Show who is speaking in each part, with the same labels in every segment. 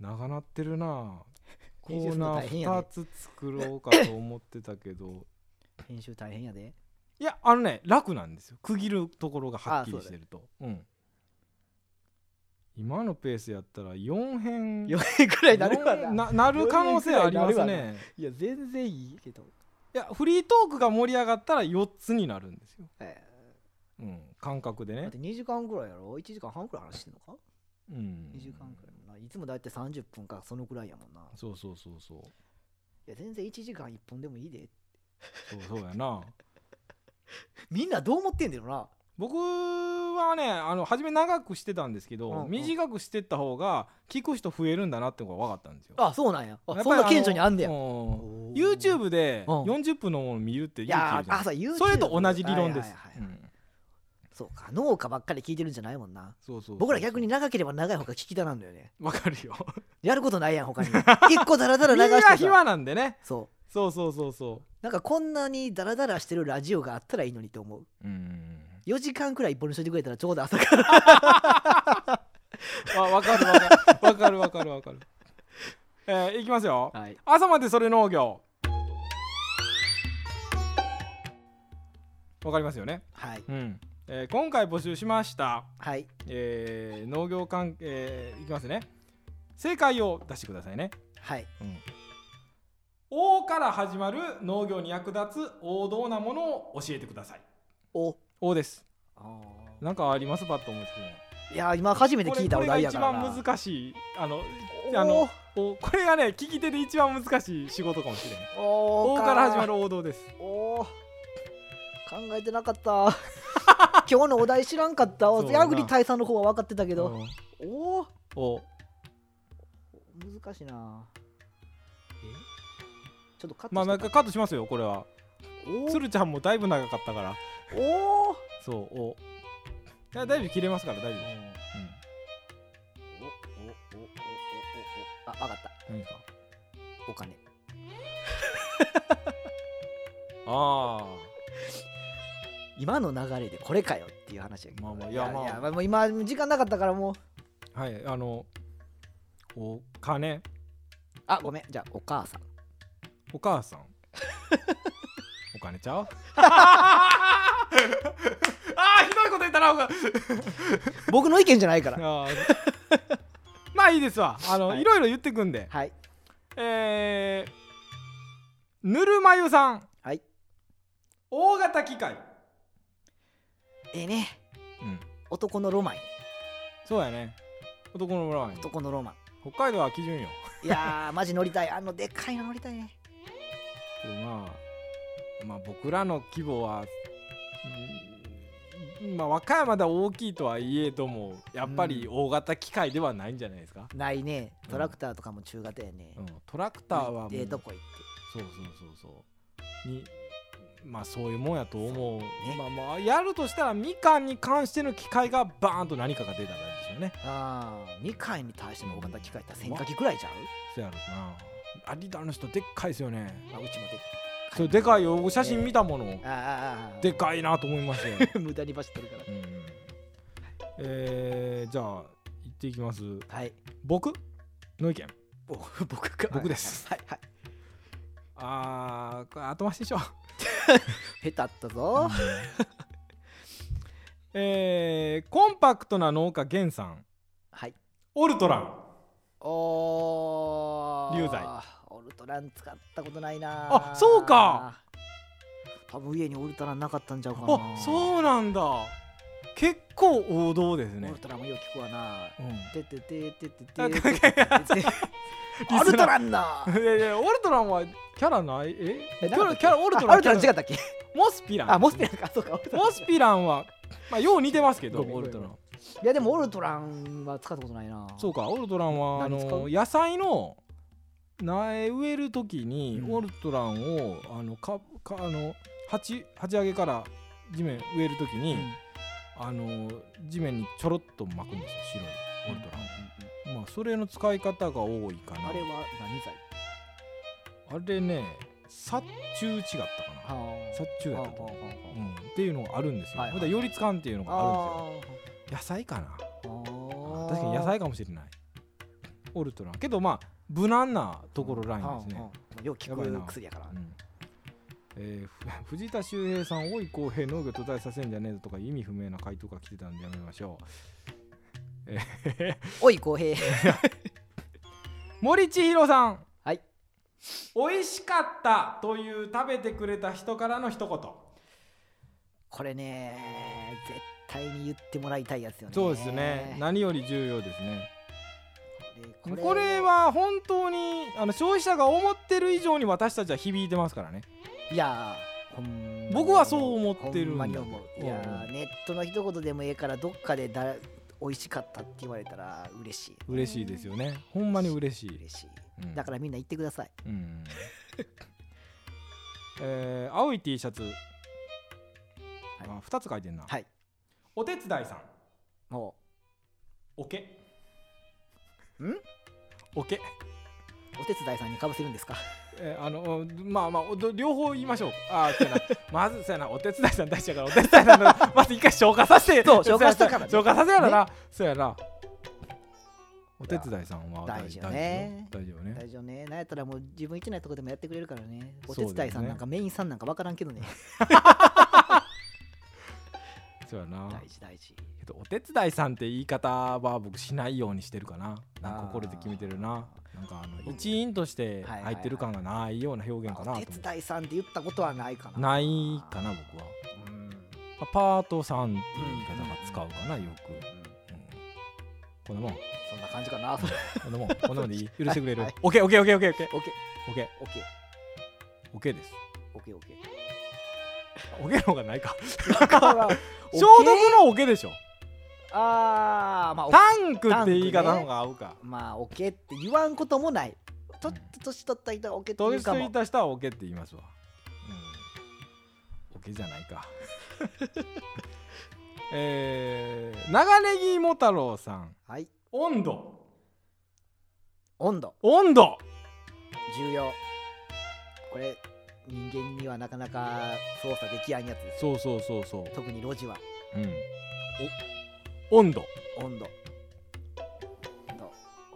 Speaker 1: 長なってるなコ
Speaker 2: 編集
Speaker 1: ー
Speaker 2: する
Speaker 1: ナ
Speaker 2: の大変や
Speaker 1: ー2
Speaker 2: ね
Speaker 1: つ作ろうかと思ってたけど
Speaker 2: 編集大変やで
Speaker 1: いやあのね楽なんですよ区切るところがはっきり
Speaker 2: あそうだ
Speaker 1: してるとうん今のペースやったら4編
Speaker 2: 4円くらいになるわ
Speaker 1: 四
Speaker 2: な
Speaker 1: 編ななる可能性あります
Speaker 2: 四編くらいになる
Speaker 1: ね
Speaker 2: いや全然いいけど、
Speaker 1: いやフリートークが盛り上がったら4つになるんですよ、
Speaker 2: え
Speaker 1: うん、感覚で
Speaker 2: ー、だ
Speaker 1: ね
Speaker 2: って2時間ぐらいやろ1時間半くらい話してんのか
Speaker 1: うん
Speaker 2: 2時間くらいもないつもだいたい30分かそのくらいやもんな
Speaker 1: そうそうそうそう
Speaker 2: いや全然1時間1本でもいいで
Speaker 1: そうそうやな
Speaker 2: みんなどう思ってんだよな
Speaker 1: 僕はねあの初め長くしてたんですけど、
Speaker 2: うんうん
Speaker 1: 短くしてった方が聞く人増えるんだなってことが分かったんですよ
Speaker 2: あそうなんやあ
Speaker 1: やっ
Speaker 2: そ
Speaker 1: ぱ
Speaker 2: ん
Speaker 1: り
Speaker 2: な顕著にあんねや
Speaker 1: のうん
Speaker 2: おー
Speaker 1: YouTube で
Speaker 2: うん
Speaker 1: 40分のもの見るって
Speaker 2: い
Speaker 1: 勇気い
Speaker 2: や
Speaker 1: るじゃ
Speaker 2: あ
Speaker 1: ない
Speaker 2: そう YouTube
Speaker 1: それと同じ理論です
Speaker 2: はいはいはいはいそうか農家ばっかり聞いてるんじゃないもんな僕
Speaker 1: 僕
Speaker 2: ら逆に長ければ長い方が聞き手なんだよね
Speaker 1: わかるよ
Speaker 2: やることないやん 他に一個ダラダラ
Speaker 1: みん
Speaker 2: 流
Speaker 1: な
Speaker 2: してさ
Speaker 1: 暇なんでね
Speaker 2: そう
Speaker 1: そうそうそうそ
Speaker 2: なんかこんなにダラダラしてるラジオがあったらいいのにと思う
Speaker 1: ううん
Speaker 2: 4時間くらい一本にしといてくれたらちょうど朝から
Speaker 1: わわかるわかるわかるわかるわかるえーいきますよ
Speaker 2: はい
Speaker 1: 朝までそれ農業わかりますよね
Speaker 2: はい
Speaker 1: うん、えー今回募集しました、
Speaker 2: はい
Speaker 1: えー農業関係、えーいきますね正解を出してくださいね
Speaker 2: はい
Speaker 1: 「お」から始まる農業に役立つ王道なものを教えてください
Speaker 2: お
Speaker 1: 「お」です
Speaker 2: あー
Speaker 1: なんかありますパッと思いつくの
Speaker 2: いや今初めて
Speaker 1: これ
Speaker 2: 聞いたお
Speaker 1: これが
Speaker 2: 題や
Speaker 1: 一
Speaker 2: からな
Speaker 1: 番難しいあの
Speaker 2: お
Speaker 1: あのおこれがね聞き手で一番難しい仕事かもしれない「
Speaker 2: お
Speaker 1: お」
Speaker 2: ー
Speaker 1: から始まる王道です
Speaker 2: おー考えてなかった今日のお題知らんかった
Speaker 1: そうやな
Speaker 2: 矢栗大佐の方は分かってたけ
Speaker 1: う
Speaker 2: ど、
Speaker 1: ん
Speaker 2: おお
Speaker 1: お
Speaker 2: 難しいなちょっとカット
Speaker 1: まあなん
Speaker 2: して
Speaker 1: かカットしますよこれは
Speaker 2: おー
Speaker 1: 鶴ちゃんもだいぶ長かったから
Speaker 2: おー
Speaker 1: そうおいや大丈夫切れますから大丈夫です
Speaker 2: おおおおおおあ分かっ
Speaker 1: うん、
Speaker 2: た
Speaker 1: 何ですか
Speaker 2: お金
Speaker 1: あ
Speaker 2: 今の流れでこれかよっていう話やけど
Speaker 1: まあまあいやまあ
Speaker 2: いやもう今時間なかったからもう
Speaker 1: あはいあのお金
Speaker 2: あごめんじゃあお 母さん
Speaker 1: お母 さんお金 ちゃうあーひどいこと言ったなおか
Speaker 2: 僕の意見じゃないから
Speaker 1: あーまあいいですわあの、
Speaker 2: はい
Speaker 1: い、ろいろ言ってくんで
Speaker 2: はい
Speaker 1: えー、ぬるま湯さん
Speaker 2: はい
Speaker 1: 大型機械
Speaker 2: ええね
Speaker 1: うん
Speaker 2: 男のロマン
Speaker 1: そうやね男の村はね
Speaker 2: 男のロマン
Speaker 1: 北海道は基準よ
Speaker 2: いやー、マジ乗りたい。あの、でっかいの乗りたいね。
Speaker 1: でもまあまあ僕らの規模は、うんまあ、和歌山では大きいとはいえどもやっぱり大型機械ではないんじゃないですか、
Speaker 2: ないね。トラクターとかも中型やね。
Speaker 1: うんトラクターはもう
Speaker 2: ええ
Speaker 1: そ
Speaker 2: と
Speaker 1: う
Speaker 2: こ行って。
Speaker 1: そうそうそうにまあそういうもんやと思う
Speaker 2: ね
Speaker 1: まあまあやるとしたらみかんに関しての機械がバーンと何かが出たらでしょうね
Speaker 2: ああ、2回に対しての大型機械って1000かきくらいじゃう
Speaker 1: そうやろうなアディダの人でっかいですよね
Speaker 2: あ、うちもでっかい。
Speaker 1: それでかいよ僕写真見たもの、
Speaker 2: あー。あーあー、
Speaker 1: でかいなと思いましたよ
Speaker 2: 無駄に走ってるから。
Speaker 1: うんえー、じゃあ行っていきます
Speaker 2: はい。
Speaker 1: 僕の意見
Speaker 2: お僕か。
Speaker 1: 僕です
Speaker 2: はいはい。
Speaker 1: あーこれ後回しでしょ
Speaker 2: 下手だったぞ。
Speaker 1: えー、コンパクトな農家ゲンさん
Speaker 2: はい。
Speaker 1: オルトラン
Speaker 2: おー。
Speaker 1: 流罪。
Speaker 2: オルトラン使ったことないなー
Speaker 1: あそうか。
Speaker 2: 多分家にオルトランなかったんちゃうかな。
Speaker 1: あそうなんだ結構王道です
Speaker 2: オ
Speaker 1: ね
Speaker 2: ルトランもよく聞くわな。
Speaker 1: うん
Speaker 2: てててててて
Speaker 1: あ
Speaker 2: て
Speaker 1: かかか
Speaker 2: て オルトランだ
Speaker 1: いやいやオルトランはキャラないえキ
Speaker 2: え
Speaker 1: ャラキャラオルトラン
Speaker 2: あオルトラン違ったっけ
Speaker 1: モスピラン
Speaker 2: あモスピランかそうかオルトラン
Speaker 1: モスピランはまあよう似てますけど
Speaker 2: ごめん
Speaker 1: オルトラン
Speaker 2: いやでもオルトランは使ったことないな
Speaker 1: そうかオルトランはあ
Speaker 2: 何使
Speaker 1: の
Speaker 2: う
Speaker 1: 野菜の苗植える時に
Speaker 2: うん
Speaker 1: オルトランをあのかかあの鉢鉢上げから地面植える時
Speaker 2: う
Speaker 1: に、
Speaker 2: ん
Speaker 1: あの地面にちょろっと巻くんですよ白いオルトラン、
Speaker 2: う
Speaker 1: まあそれの使い方が多いか
Speaker 2: んうん
Speaker 1: な
Speaker 2: あれは何罪
Speaker 1: あれね殺虫違ったかな
Speaker 2: は
Speaker 1: 殺虫やったと思う、うん、っていうのがあるんですよ、
Speaker 2: はいはい
Speaker 1: ほんでよりつかんっていうの
Speaker 2: あ
Speaker 1: があるん
Speaker 2: あ
Speaker 1: ですよ野菜かな
Speaker 2: あ
Speaker 1: 確かに野菜かもしれないオルトランけどまあ無難なところラインです
Speaker 2: うんう
Speaker 1: ね
Speaker 2: ん、うんよう聞こえる薬やから
Speaker 1: うんえーふ 藤田修平さん、おい公平農業途絶えさせんじゃねえぞとか意味不明な回答が来てたんでやめましょう。
Speaker 2: おい公平
Speaker 1: 森千尋さん、
Speaker 2: はい
Speaker 1: 美味しかったという食べてくれた人からの一言。
Speaker 2: これね絶対に言ってもらいたいやつよね
Speaker 1: そうですね。何より重要ですね。
Speaker 2: これ
Speaker 1: これは本当にあの消費者が思ってる以上に私たちは響いてますからね。
Speaker 2: いやーほんま
Speaker 1: 僕はそう思ってるんだけど
Speaker 2: ほんまに思ういやーネットの一言でもええからどっかでだ美味しかったって言われたら嬉しい
Speaker 1: 嬉しいですよね。ほんまに嬉しい。
Speaker 2: 嬉しい
Speaker 1: うん
Speaker 2: だからみんな言ってください
Speaker 1: うん えー青い T シャツ、あ2つ書いてんな、
Speaker 2: はい
Speaker 1: お手伝いさん
Speaker 2: も
Speaker 1: おけ
Speaker 2: ん
Speaker 1: おけ、
Speaker 2: うお手伝いさんにかぶせるんですか
Speaker 1: えーあのうんまあまあおど両方言いましょうあーそうやな まずそうやなお手伝いさん出したからお手伝いさんの まず一回消化させて
Speaker 2: そう消化したからね
Speaker 1: そうやな消化させやろな、そうやなお手伝いさんは
Speaker 2: 大事よね
Speaker 1: 大丈夫ね
Speaker 2: 大丈夫ねなんやったらもう自分一ないとこでもやってくれるからねお
Speaker 1: そ
Speaker 2: 手
Speaker 1: うだよね
Speaker 2: 伝いさんなんか、メインさんなんかわからんけどね
Speaker 1: そうやな
Speaker 2: 大事大事
Speaker 1: けどお手伝いさんって言い方は僕しないようにしてるかななんか心で決めてるななんかあの一員として入ってる感がないような表現かなと
Speaker 2: お
Speaker 1: 思
Speaker 2: 手
Speaker 1: って
Speaker 2: 伝いさんって言ったことはないかな
Speaker 1: ないかな僕は
Speaker 2: うん
Speaker 1: まあパートさんっていう言い方が使うかなよく、
Speaker 2: うん
Speaker 1: うんこんなもん
Speaker 2: そんな感じかな オッ
Speaker 1: こんなもんこんなもんでいい許してくれる
Speaker 2: はい
Speaker 1: OK OK OK OK OK
Speaker 2: ケ
Speaker 1: OK
Speaker 2: ーオッケー
Speaker 1: OK です
Speaker 2: オッケーオッケー
Speaker 1: OK の方が ないか
Speaker 2: OK？
Speaker 1: 消毒の OK でしょ
Speaker 2: ああまあ
Speaker 1: タンクって言い方の方が合うか
Speaker 2: まあ、オケって言わんこともない。ちょっと年取った人はオケって言う
Speaker 1: 年
Speaker 2: か
Speaker 1: 過ぎ
Speaker 2: も。
Speaker 1: た人はオケって言いますわ。うん、オケじゃないか。 えー、長ネギも太郎さん、
Speaker 2: はい。
Speaker 1: 温度、
Speaker 2: 温度、
Speaker 1: 温度、
Speaker 2: 重要。これ、人間にはなかなか操作できやんやつです。
Speaker 1: そうそうそうそう、
Speaker 2: 特に路地は
Speaker 1: うん、お温度、
Speaker 2: 温度。温度。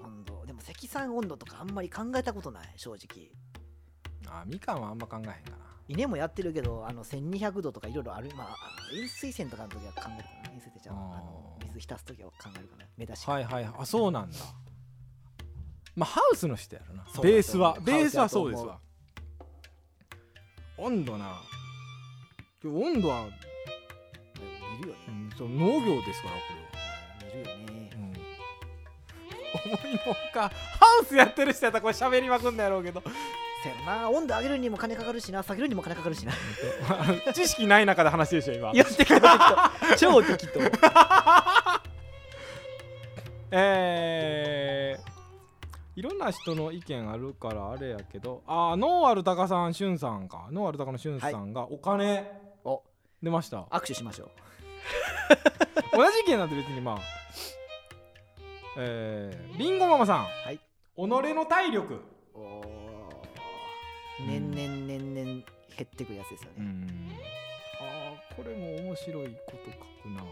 Speaker 2: 温度。でも積算温度とかあんまり考えたことない、正直。
Speaker 1: あみかんはあんま考えへんかな。
Speaker 2: 稲もやってるけど、あの1200度とかいろいろある。まあ、あの塩水泉とかの時は考えるかな。塩水ってじゃあ
Speaker 1: あー
Speaker 2: あの水浸す時は考えるかな。目出し。
Speaker 1: はいはい、あそうなんだ。まあハウスの人やろな
Speaker 2: そうだと思う
Speaker 1: ベースはベース
Speaker 2: ハ
Speaker 1: は
Speaker 2: ウスやと
Speaker 1: そ
Speaker 2: 思
Speaker 1: う
Speaker 2: う
Speaker 1: ですわ温度な温度は、
Speaker 2: 見るよね
Speaker 1: う。ん、そう農業ですからこれは
Speaker 2: 見るよね。
Speaker 1: 思いのほかハウスやってる人やったらこれ喋りまくんだやろうけど
Speaker 2: せやろな温度上げるにも金かかるしな下げるにも金かかるしな
Speaker 1: 知識ない中で話でしょ今
Speaker 2: やってきた 超適当
Speaker 1: えー、いろんな人の意見あるからあれやけどあーノーアルタカさんしゅんさんかノーアルタカのしゅんさんがお金、
Speaker 2: お
Speaker 1: 出ました
Speaker 2: 握手しましょう
Speaker 1: 同じ意見なんて別にまあえー、リンゴママさん、
Speaker 2: い
Speaker 1: 己の体力
Speaker 2: 年々年々減ってくやつですよ
Speaker 1: う
Speaker 2: ね、
Speaker 1: んあーこれも面白いこと書くな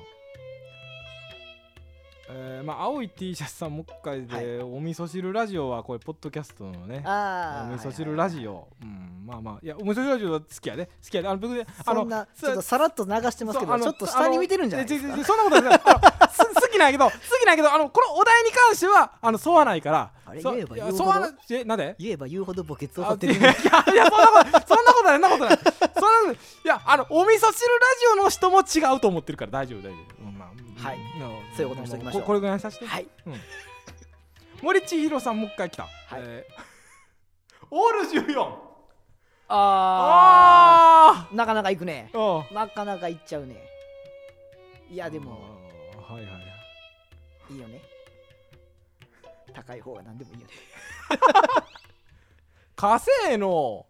Speaker 1: えー、まあ青い T シャツさんもう一回で、
Speaker 2: はい
Speaker 1: お味噌汁ラジオはこれポッドキャストのね
Speaker 2: あ
Speaker 1: お
Speaker 2: あ
Speaker 1: 味噌汁ラジオ、うんまあまあいやお味噌汁ラジオは好きやで好きやであの僕ねあの
Speaker 2: そんなち
Speaker 1: そう
Speaker 2: ょっとさらっと流してますけ
Speaker 1: そうあの
Speaker 2: どちょっと下に見てるんじゃないで
Speaker 1: あ
Speaker 2: す
Speaker 1: の
Speaker 2: か
Speaker 1: え違う違うそんなことないあのす好きなんやけど好きなんやけどあのこのお題に関してはあの沿わないから
Speaker 2: あれ
Speaker 1: そ
Speaker 2: 言えば
Speaker 1: いや
Speaker 2: 言うほ
Speaker 1: 沿
Speaker 2: ど
Speaker 1: わないえなんで
Speaker 2: 言えば言うほど墓穴を掘
Speaker 1: あ
Speaker 2: って
Speaker 1: いや
Speaker 2: る
Speaker 1: いやいやそんなことそんなことないそんなことないそんなことないいやあのお味噌汁ラジオの人も違うと思ってるから大丈夫大丈夫、うんまあ
Speaker 2: はい
Speaker 1: ん
Speaker 2: そういうことにしときましょう
Speaker 1: ここれぐらいにさせて、
Speaker 2: はい
Speaker 1: 森千尋さんもう一回来た、
Speaker 2: い
Speaker 1: えーオール14
Speaker 2: あ
Speaker 1: あ
Speaker 2: あなかなかいくね
Speaker 1: ーあ
Speaker 2: なかなかいっちゃうねい
Speaker 1: い
Speaker 2: やでも
Speaker 1: はいはい
Speaker 2: いいよね高い方が何でもいいよね
Speaker 1: 火星の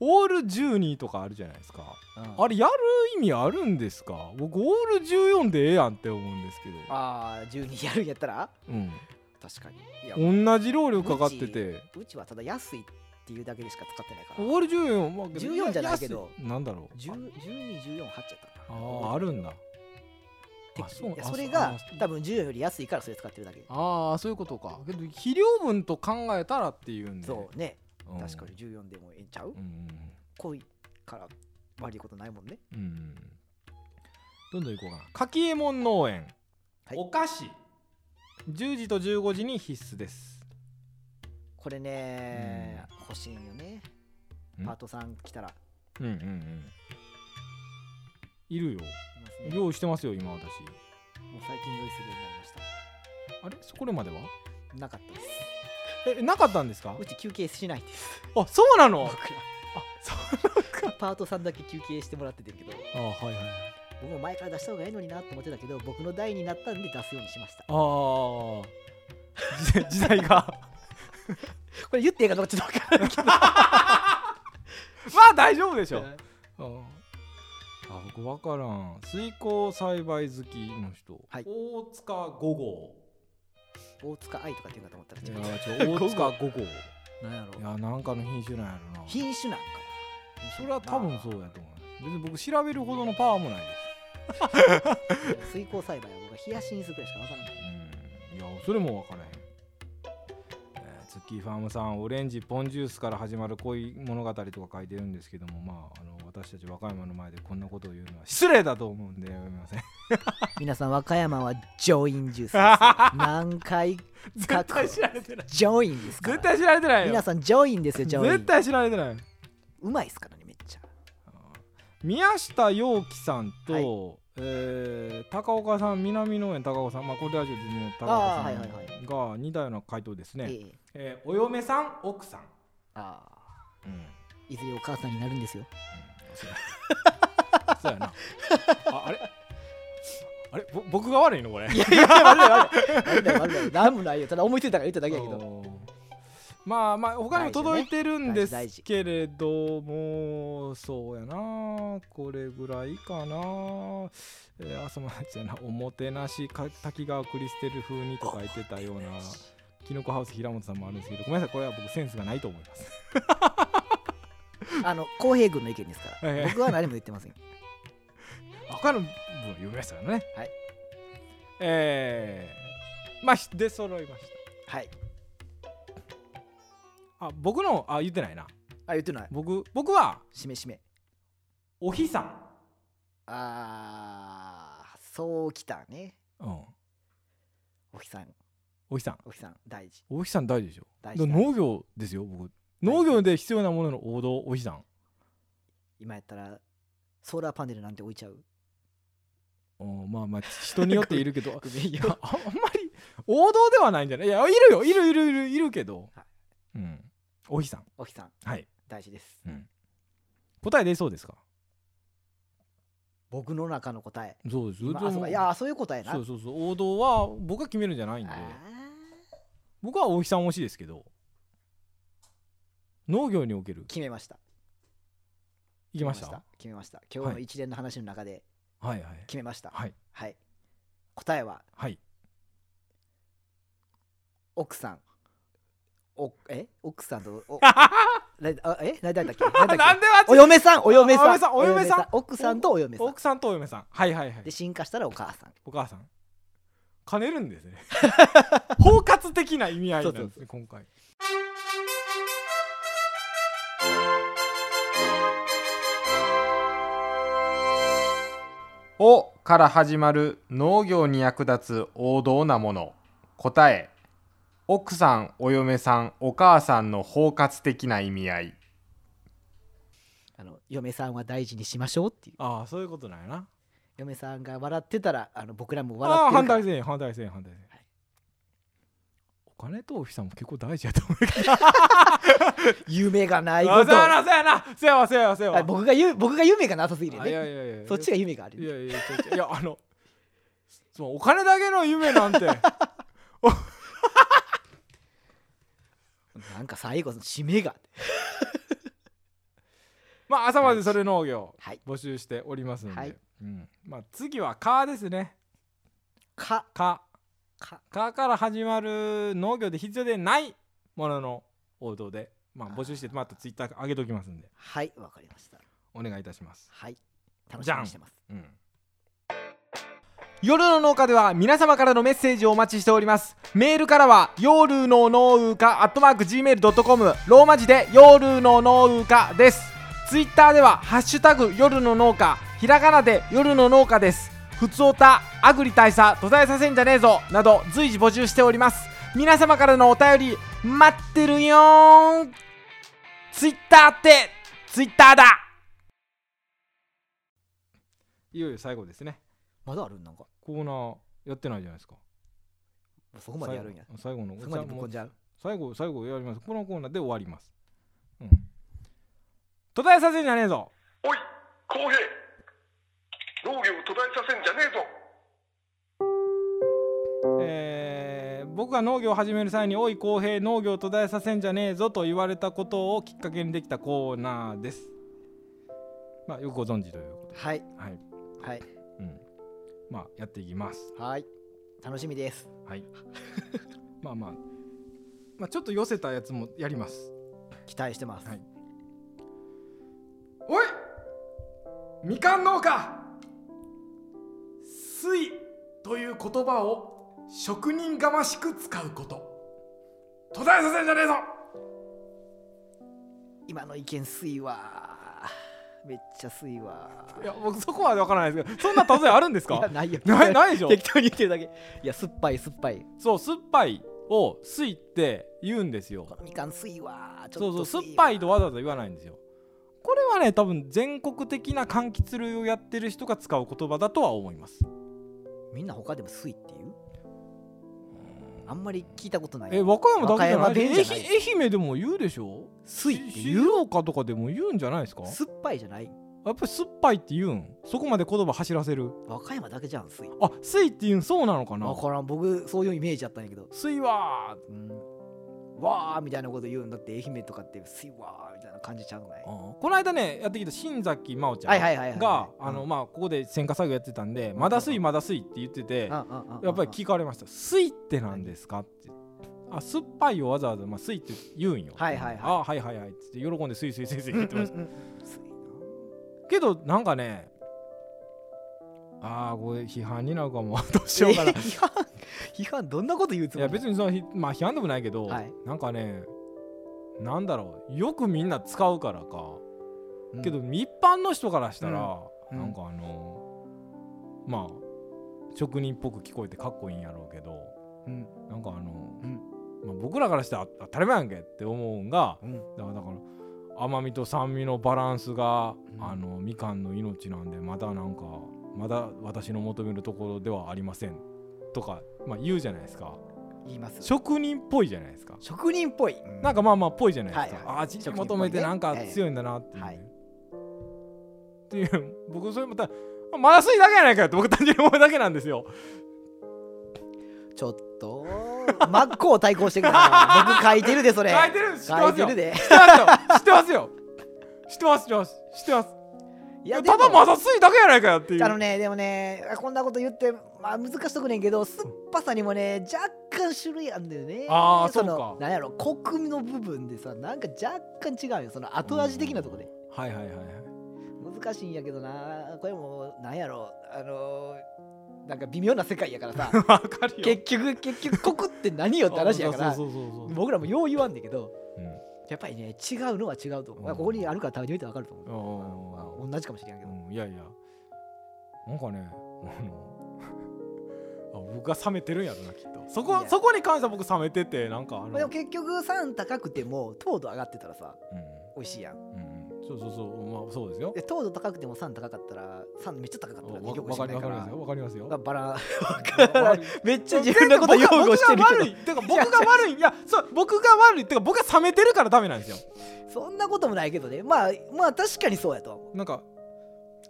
Speaker 1: オール12とかあるじゃないですか
Speaker 2: あ
Speaker 1: あれやる意味あるんですか僕オール14でええやんって思うんですけど
Speaker 2: あー12やるんやったら
Speaker 1: うん
Speaker 2: 確かにいや
Speaker 1: 同じ労力かかってて
Speaker 2: うちはただ安いっていうだけでしか使ってないから
Speaker 1: オール14、まあ、
Speaker 2: 14じゃないけど
Speaker 1: 安いなんだろう
Speaker 2: 12148やったかな
Speaker 1: あああるんだ
Speaker 2: て
Speaker 1: あそう
Speaker 2: いや
Speaker 1: あ
Speaker 2: それ
Speaker 1: あ
Speaker 2: が
Speaker 1: そう
Speaker 2: 多分10円より安いからそれ使ってるだけ
Speaker 1: ああそういうことかけど肥料分と考えたらっていうんで
Speaker 2: そうね
Speaker 1: ん
Speaker 2: 確かに14でもええんちゃ
Speaker 1: う
Speaker 2: う
Speaker 1: ん
Speaker 2: 濃いから悪いことないもんね
Speaker 1: うんうんうんどんどん行こうかな柿右衛門農園、
Speaker 2: はい
Speaker 1: お菓子10時と15時に必須です
Speaker 2: これね欲しいんよね
Speaker 1: ん
Speaker 2: パートさん来たら
Speaker 1: うんうんうんいるよ
Speaker 2: いますねもう
Speaker 1: 用意してますよ今私
Speaker 2: 最近用意するようになりました
Speaker 1: あれそこれまでは
Speaker 2: なかったです
Speaker 1: えなかったんですか
Speaker 2: うち休憩しないんです
Speaker 1: あそうなの
Speaker 2: 僕ら
Speaker 1: あそう
Speaker 2: パートさんだけ休憩してもらっててるけど
Speaker 1: あはいはい
Speaker 2: 僕も前から出した方がいいのになと思ってたけど僕の代になったんで出すようにしました
Speaker 1: ああ時 代時代が
Speaker 2: これ言っていいかどうかちょっと分からないけど
Speaker 1: まあ大丈夫でしょうんあ僕分からん水耕栽培好きの人、
Speaker 2: はい
Speaker 1: 大塚5号
Speaker 2: 大塚愛とかっていうかと思ったら
Speaker 1: いや
Speaker 2: 違う
Speaker 1: 違う 大塚5号い
Speaker 2: なんやろ
Speaker 1: やなんかの品種なんやろな
Speaker 2: 品種なんかな
Speaker 1: それは多分そうやと思う別に僕調べるほどのパワーもないです
Speaker 2: 水耕栽培は僕はヒヤシンスくらいしか分から ない
Speaker 1: うんいやそれも分からへん、えーツッキーファームさんオレンジポンジュースから始まる恋物語とか書いてるんですけどもまああの私たち和歌山の前でこんなことを言うのは失礼だと思うんでやめませ ん
Speaker 2: 皆さん和歌山はジョインジュースです 何回
Speaker 1: 絶対知られてない
Speaker 2: ジョインですか ら
Speaker 1: 絶対知られてない
Speaker 2: 皆
Speaker 1: よ
Speaker 2: さんジョインですよジョイン
Speaker 1: 絶対知られてないう
Speaker 2: まいですからねめっちゃ
Speaker 1: 宮下陽樹さんと、
Speaker 2: はい
Speaker 1: えー高岡さん南農園高岡さんまあこれ大丈夫ですね高岡さ
Speaker 2: あーはいはいはい
Speaker 1: んが似たような回答ですね、
Speaker 2: ええ
Speaker 1: えーお嫁さん奥さん、
Speaker 2: ああ
Speaker 1: うん
Speaker 2: いずれお母さんになるんですよ
Speaker 1: うんそうやそうやなああれあれぼ僕が悪いのこれ
Speaker 2: いやいや悪い悪い悪い悪い悪い何もないよただ思いついたから言っただけやけど
Speaker 1: おーまあまあ他にも届いてるんです
Speaker 2: 大事ね
Speaker 1: けれども、そうやなこれぐらいかな、えー、あそうまやなおもてなしか滝川クリステル風にと書いてたようなキノコハウス平本さんもあるんですけどごめんなさいこれは僕センスがないと思います
Speaker 2: あの浩平君の意見ですか
Speaker 1: はいは
Speaker 2: ら
Speaker 1: い
Speaker 2: 僕は何も言ってません
Speaker 1: 他の部分読みましたからね
Speaker 2: はい
Speaker 1: えー、まあひ出揃いまし
Speaker 2: はい
Speaker 1: たあ僕のあ言ってないな
Speaker 2: あ言ってない
Speaker 1: 僕僕は
Speaker 2: しめしめ
Speaker 1: おひさん
Speaker 2: あーそうきたね
Speaker 1: うん
Speaker 2: おひさん
Speaker 1: おひさん
Speaker 2: おひさん大事
Speaker 1: おひさん大事でしょ
Speaker 2: 大
Speaker 1: だ
Speaker 2: 事
Speaker 1: から農業ですよ僕農業で必要なものの王道おひさん
Speaker 2: 今やったらソーラーパネルなんて置いちゃう
Speaker 1: うんまあまあ人によっているけ ど
Speaker 2: い
Speaker 1: いやああんまり王道ではないんじゃないいやいるよいるいるいるいるけど、
Speaker 2: はい
Speaker 1: うんおひさん
Speaker 2: おひさん
Speaker 1: はい、
Speaker 2: 大事です
Speaker 1: うん、答え出そうですか
Speaker 2: 僕の中の答え
Speaker 1: そうです
Speaker 2: まあそうかいやそういう答えな
Speaker 1: そうそうそう王道は僕が決めるんじゃないんで
Speaker 2: あー
Speaker 1: 僕は大木さん推しですけど農業における
Speaker 2: 決めました
Speaker 1: いきました
Speaker 2: 決めました今日の
Speaker 1: はい
Speaker 2: 一連の話の中で
Speaker 1: はいはい
Speaker 2: 決めました
Speaker 1: はい
Speaker 2: はい答えは
Speaker 1: はい
Speaker 2: 奥さんおえ奥さんと おなあえ何だったっけ何だっけ
Speaker 1: なんでわ
Speaker 2: お嫁さんお嫁
Speaker 1: お
Speaker 2: さ
Speaker 1: 嫁
Speaker 2: ん
Speaker 1: さんお嫁さん
Speaker 2: 奥さんとお嫁さん
Speaker 1: 奥さんとお嫁さんはいはいはい
Speaker 2: で進化したらお母さん
Speaker 1: お母さん兼ねるんです ね 包括的な意味合いなんですね
Speaker 2: そうそう
Speaker 1: 今回
Speaker 3: 「お」から始まる農業に役立つ王道なもの答え奥さんお嫁さんお母さんの包括的な意味合い
Speaker 2: あの嫁さんは大事にしましょうっていう
Speaker 1: ああそういうことなんやな
Speaker 2: 嫁さんが笑ってたらあの僕らも笑
Speaker 1: ああー
Speaker 2: っ
Speaker 1: 反
Speaker 2: てるから
Speaker 1: 対せえへん反対せえへん反対せえへん、
Speaker 2: はい
Speaker 1: お金とお日さんも結構大事やと思うけど
Speaker 2: 夢がない
Speaker 1: あ
Speaker 2: こ
Speaker 1: そうや
Speaker 2: と
Speaker 1: なそうやなそうやわそうやわそうやわ
Speaker 2: あ僕がゆ僕が夢がなさすぎるよ
Speaker 1: あいや
Speaker 2: ね
Speaker 1: いやいや
Speaker 2: そっちが夢があ
Speaker 1: い
Speaker 2: る
Speaker 1: やいやちょちょいやあのそのお金だけの夢なんて お
Speaker 2: なんか最後の締めが
Speaker 1: まあ朝までそれ農業
Speaker 2: はい
Speaker 1: 募集しておりますんで、
Speaker 2: はい
Speaker 1: うんまあ、次は「か」ですね
Speaker 2: か
Speaker 1: 「か」
Speaker 2: か
Speaker 1: 「か」から始まる農業で必要でないものの応答で、まあ、募集してまたツイッター上げときますんで
Speaker 2: はいわかりました
Speaker 1: お願いいたします、
Speaker 2: はい楽しみにしてます
Speaker 1: うん、
Speaker 3: 夜の農家では皆様からのメッセージをお待ちしておりますメールからは夜の農家アットマーク Gmail.com ローマ字で夜の農家ですツイッターではハッシュタグ夜の農家ひらがなで夜の農家ですふつおたアグリ大佐途絶えさせんじゃねえぞなど随時募集しております皆様からのお便り待ってるよーんツイッターってツイッターだ
Speaker 1: いよいよ最後ですね
Speaker 2: まだあるなんか
Speaker 1: コーナーやってないじゃないですか
Speaker 2: そこまでやるんや
Speaker 1: 最後の
Speaker 2: そこまでぶっこんじゃう
Speaker 1: 最後最後やりますこのコーナーで終わりますうん途絶えさせんじゃねえぞ
Speaker 4: おい公平農業を途絶えさせんじゃねえぞ
Speaker 1: えー僕が農業を始める際に「おい公平農業途絶えさせんじゃねえぞ」と言われたことをきっかけにできたコーナーですまあよくご存知というこ
Speaker 2: はい
Speaker 1: とはい
Speaker 2: はい
Speaker 1: うんまあやっていきます
Speaker 2: はい楽しみです
Speaker 1: はい まあまあまあちょっと寄せたやつもやります
Speaker 2: 期待してます、
Speaker 1: はいおいみかん農家
Speaker 3: 水という言葉を職人がましく使うこと途絶えさせんじゃねえぞ
Speaker 2: 今の意見すいわめっちゃすいわ
Speaker 1: いや僕そこまでわからないですけどそんな例えあるんです
Speaker 2: いや
Speaker 1: か
Speaker 2: ないよ
Speaker 1: ないないでしょ
Speaker 2: 適当に言ってるだけいや酸っぱい酸っぱい
Speaker 1: そう酸っぱいを「すい」って言うんですよ
Speaker 2: このみかん酸いわち
Speaker 1: そ
Speaker 2: ょ
Speaker 1: う
Speaker 2: っ
Speaker 1: そう酸
Speaker 2: と
Speaker 1: っ
Speaker 2: いわ
Speaker 1: ぱいとわざわざ言わないんですよこれはね多分全国的な柑橘類をやってる人が使う言葉だとは思います
Speaker 2: みんな他でも酸いっていうあんまり聞いたことない
Speaker 1: え和歌山だけじゃな
Speaker 2: 和
Speaker 1: い
Speaker 2: 歌山
Speaker 1: え
Speaker 2: 弁
Speaker 1: ひ
Speaker 2: じゃない
Speaker 1: 愛媛でも言うでしょ
Speaker 2: 酸いって言
Speaker 1: 静
Speaker 2: う
Speaker 1: 岡とかでも言うんじゃないですか
Speaker 2: 酸っぱいじゃない
Speaker 1: やっぱり酸っぱいって言うんそこまで言葉走らせる
Speaker 2: 和歌山だけじゃん酸い
Speaker 1: あ酸いって言うんそうなのかな
Speaker 2: わからん僕そういうイメージだったんやけど
Speaker 1: 酸いは
Speaker 2: うんわーみたいなこと言うんだって愛媛とかってすいわーみたいな感じちゃうのない
Speaker 1: あこの間ねやってきた新崎真央ちゃん
Speaker 2: はいはいはいはいはい
Speaker 1: が
Speaker 2: うん
Speaker 1: あのまあここで選果作業やってたんでまだ水まだ水って言ってて
Speaker 2: ああああ
Speaker 1: やっぱり聞かれました「水って何ですか?」ってあ酸っぱいをわざわざ「まあ、水って言うんよ
Speaker 2: はいはいはい
Speaker 1: あはいはいはいっつって喜んで「すいすいすいすい」って言って
Speaker 2: うんう
Speaker 1: ま
Speaker 2: ん
Speaker 1: した
Speaker 2: す
Speaker 1: けどなんかねああこれ批判になるかも どうしよう
Speaker 2: いな
Speaker 1: か
Speaker 2: え
Speaker 1: な
Speaker 2: ー 批判批判どんなこと言うつ
Speaker 1: い
Speaker 2: もり
Speaker 1: や別にそのひまあ批判でもないけど、
Speaker 2: はい
Speaker 1: なんかねなんだろうよくみんな使うからか、
Speaker 2: うん
Speaker 1: けど一般の人からしたら、
Speaker 2: うん
Speaker 1: なんかあのまあ職人っぽく聞こえてかっこいいんやろうけど
Speaker 2: うん
Speaker 1: なんかあの、
Speaker 2: うん
Speaker 1: まあ、僕らからしたら当たり前やんけって思うんが
Speaker 2: うん
Speaker 1: だからだから甘みと酸味のバランスが、
Speaker 2: うん
Speaker 1: あのみかんの命なんでまだなんかまだ私の求めるところではありませんとか、まあ、言うじゃないですか
Speaker 2: 言います
Speaker 1: 職人っぽいじゃないですか
Speaker 2: 職人っぽい
Speaker 1: なんかまあまあっぽいじゃないですか、
Speaker 2: はい
Speaker 1: ああ地域求めてなんか強いんだなっていう、
Speaker 2: はい
Speaker 1: っていう僕それまたあまだすいだけやないかよって僕単純に思うだけなんですよ
Speaker 2: ちょっ と真っ向対抗してくるな僕書いてるでそれ
Speaker 1: 書いてる知って
Speaker 2: 書
Speaker 1: ま
Speaker 2: い
Speaker 1: す
Speaker 2: て
Speaker 1: よ
Speaker 2: るで
Speaker 1: 知ってますよ知ってますよ知ってます知ってます知ってます
Speaker 2: い
Speaker 1: いや
Speaker 2: でも
Speaker 1: ただまだすいだけやないかよっていう
Speaker 2: あのねでもねあこんなこと言って、まあ、難しとくねんけど酸っぱさにもね若干種類あんだよね
Speaker 1: あー
Speaker 2: の
Speaker 1: そうか
Speaker 2: なんやろコクの部分でさなんか若干違うよその後味的なとこで
Speaker 1: はいはいはいはい
Speaker 2: 難しいんやけどなこれもなんやろあのーなんか微妙な世界やから さ
Speaker 1: わかるよ
Speaker 2: 結局結局コクって何よって話やから
Speaker 1: そうそうそうそう
Speaker 2: 僕らもよう言わんだけど
Speaker 1: うん
Speaker 2: やっぱりね違うのは違うと思う、
Speaker 1: うん
Speaker 2: ここにあるから食べてみて分かると思う、ま
Speaker 1: あ
Speaker 2: あ同じかもしれんけど、
Speaker 1: あうんいやいやなんかねあの あ僕が冷めてるんやろなきっとそ
Speaker 2: い
Speaker 1: こ
Speaker 2: や
Speaker 1: そこに関しては僕冷めててなんかあの、
Speaker 2: まあでも結局酸高くても糖度上がってたらさ
Speaker 1: う
Speaker 2: 美味しいやん
Speaker 1: んうんうんそうそうそうまあそうですよ
Speaker 2: で糖度高くても酸高かったら酸めっちゃ高かったら
Speaker 1: わ
Speaker 2: 結局
Speaker 1: わか
Speaker 2: 美味し
Speaker 1: り
Speaker 2: くない
Speaker 1: わかりますよわ
Speaker 2: から
Speaker 1: かりますよ
Speaker 2: だからバラ
Speaker 1: わかる
Speaker 2: め っちゃ自分のこと擁護してる
Speaker 1: 僕が悪
Speaker 2: け
Speaker 1: いてか僕が悪いいやそう僕が悪いってか僕が冷めてるからダメなんですよ
Speaker 2: どそんなこともないけどねまあまあ確かにそうやとは思
Speaker 1: なんか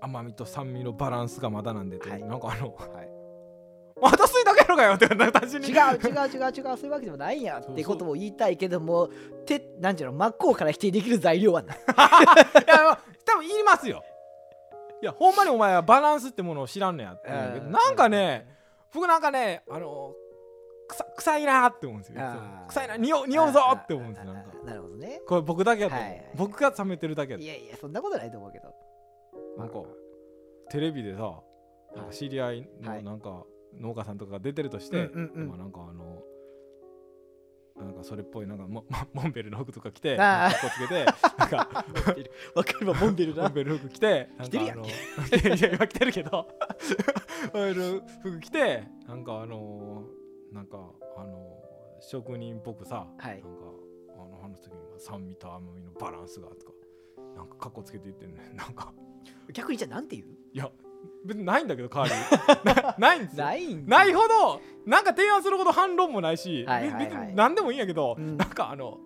Speaker 1: 甘みと酸味のバランスがまだなんでって、
Speaker 2: はい
Speaker 1: なんかあの
Speaker 2: う、はい、
Speaker 1: また水だけやろかよってなんか単純に
Speaker 2: 違う違う違う違うそういうわけでもないんやってことも言いたいけどもてなんていうの真っ向から否定できる材料はない
Speaker 1: いや多分言いますよいやほんまにお前はバランスってものを知らんのやって言うんやけど、
Speaker 2: うん
Speaker 1: なんかね、僕なんかねあの臭臭いなって思うんですよいつも
Speaker 2: あー
Speaker 1: 臭いな匂う匂うぞって思うんですよなんか
Speaker 2: なるほどね
Speaker 1: これ僕だけやと思う、
Speaker 2: はいはい
Speaker 1: 僕が冷めてるだけやと
Speaker 2: いやいやそんなことないと思うけど
Speaker 1: なんかテレビでさなんか知り合い
Speaker 2: は
Speaker 1: の
Speaker 2: い
Speaker 1: なんか農家さんとかが出てるとして、
Speaker 2: うんうんうん
Speaker 1: まあなんかあのなんかそれっぽいなんかモモモンベルの服とか着て
Speaker 2: あ
Speaker 1: な
Speaker 2: あ
Speaker 1: んかここつけてなんか
Speaker 2: わかるわ、モンベル
Speaker 1: モ
Speaker 2: な
Speaker 1: ン。ベル服着てなんか
Speaker 2: 着てるやん
Speaker 1: あのいやいや今着てるけどモンベル服着てなんかあのなんかあの職人っぽくさ、
Speaker 2: はい
Speaker 1: なんかあの話す時に酸味と甘みのバランスがとかなんかカッコつけて言ってん ねなんか
Speaker 2: 逆にじゃあなんて言う
Speaker 1: いや別にないんだけど代わり なないんですよ
Speaker 2: ないんだ
Speaker 1: ないほどなんか提案するほど反論もないし、
Speaker 2: はいはいはい
Speaker 1: 別に何でもいいんやけど、
Speaker 2: うん
Speaker 1: なんかあの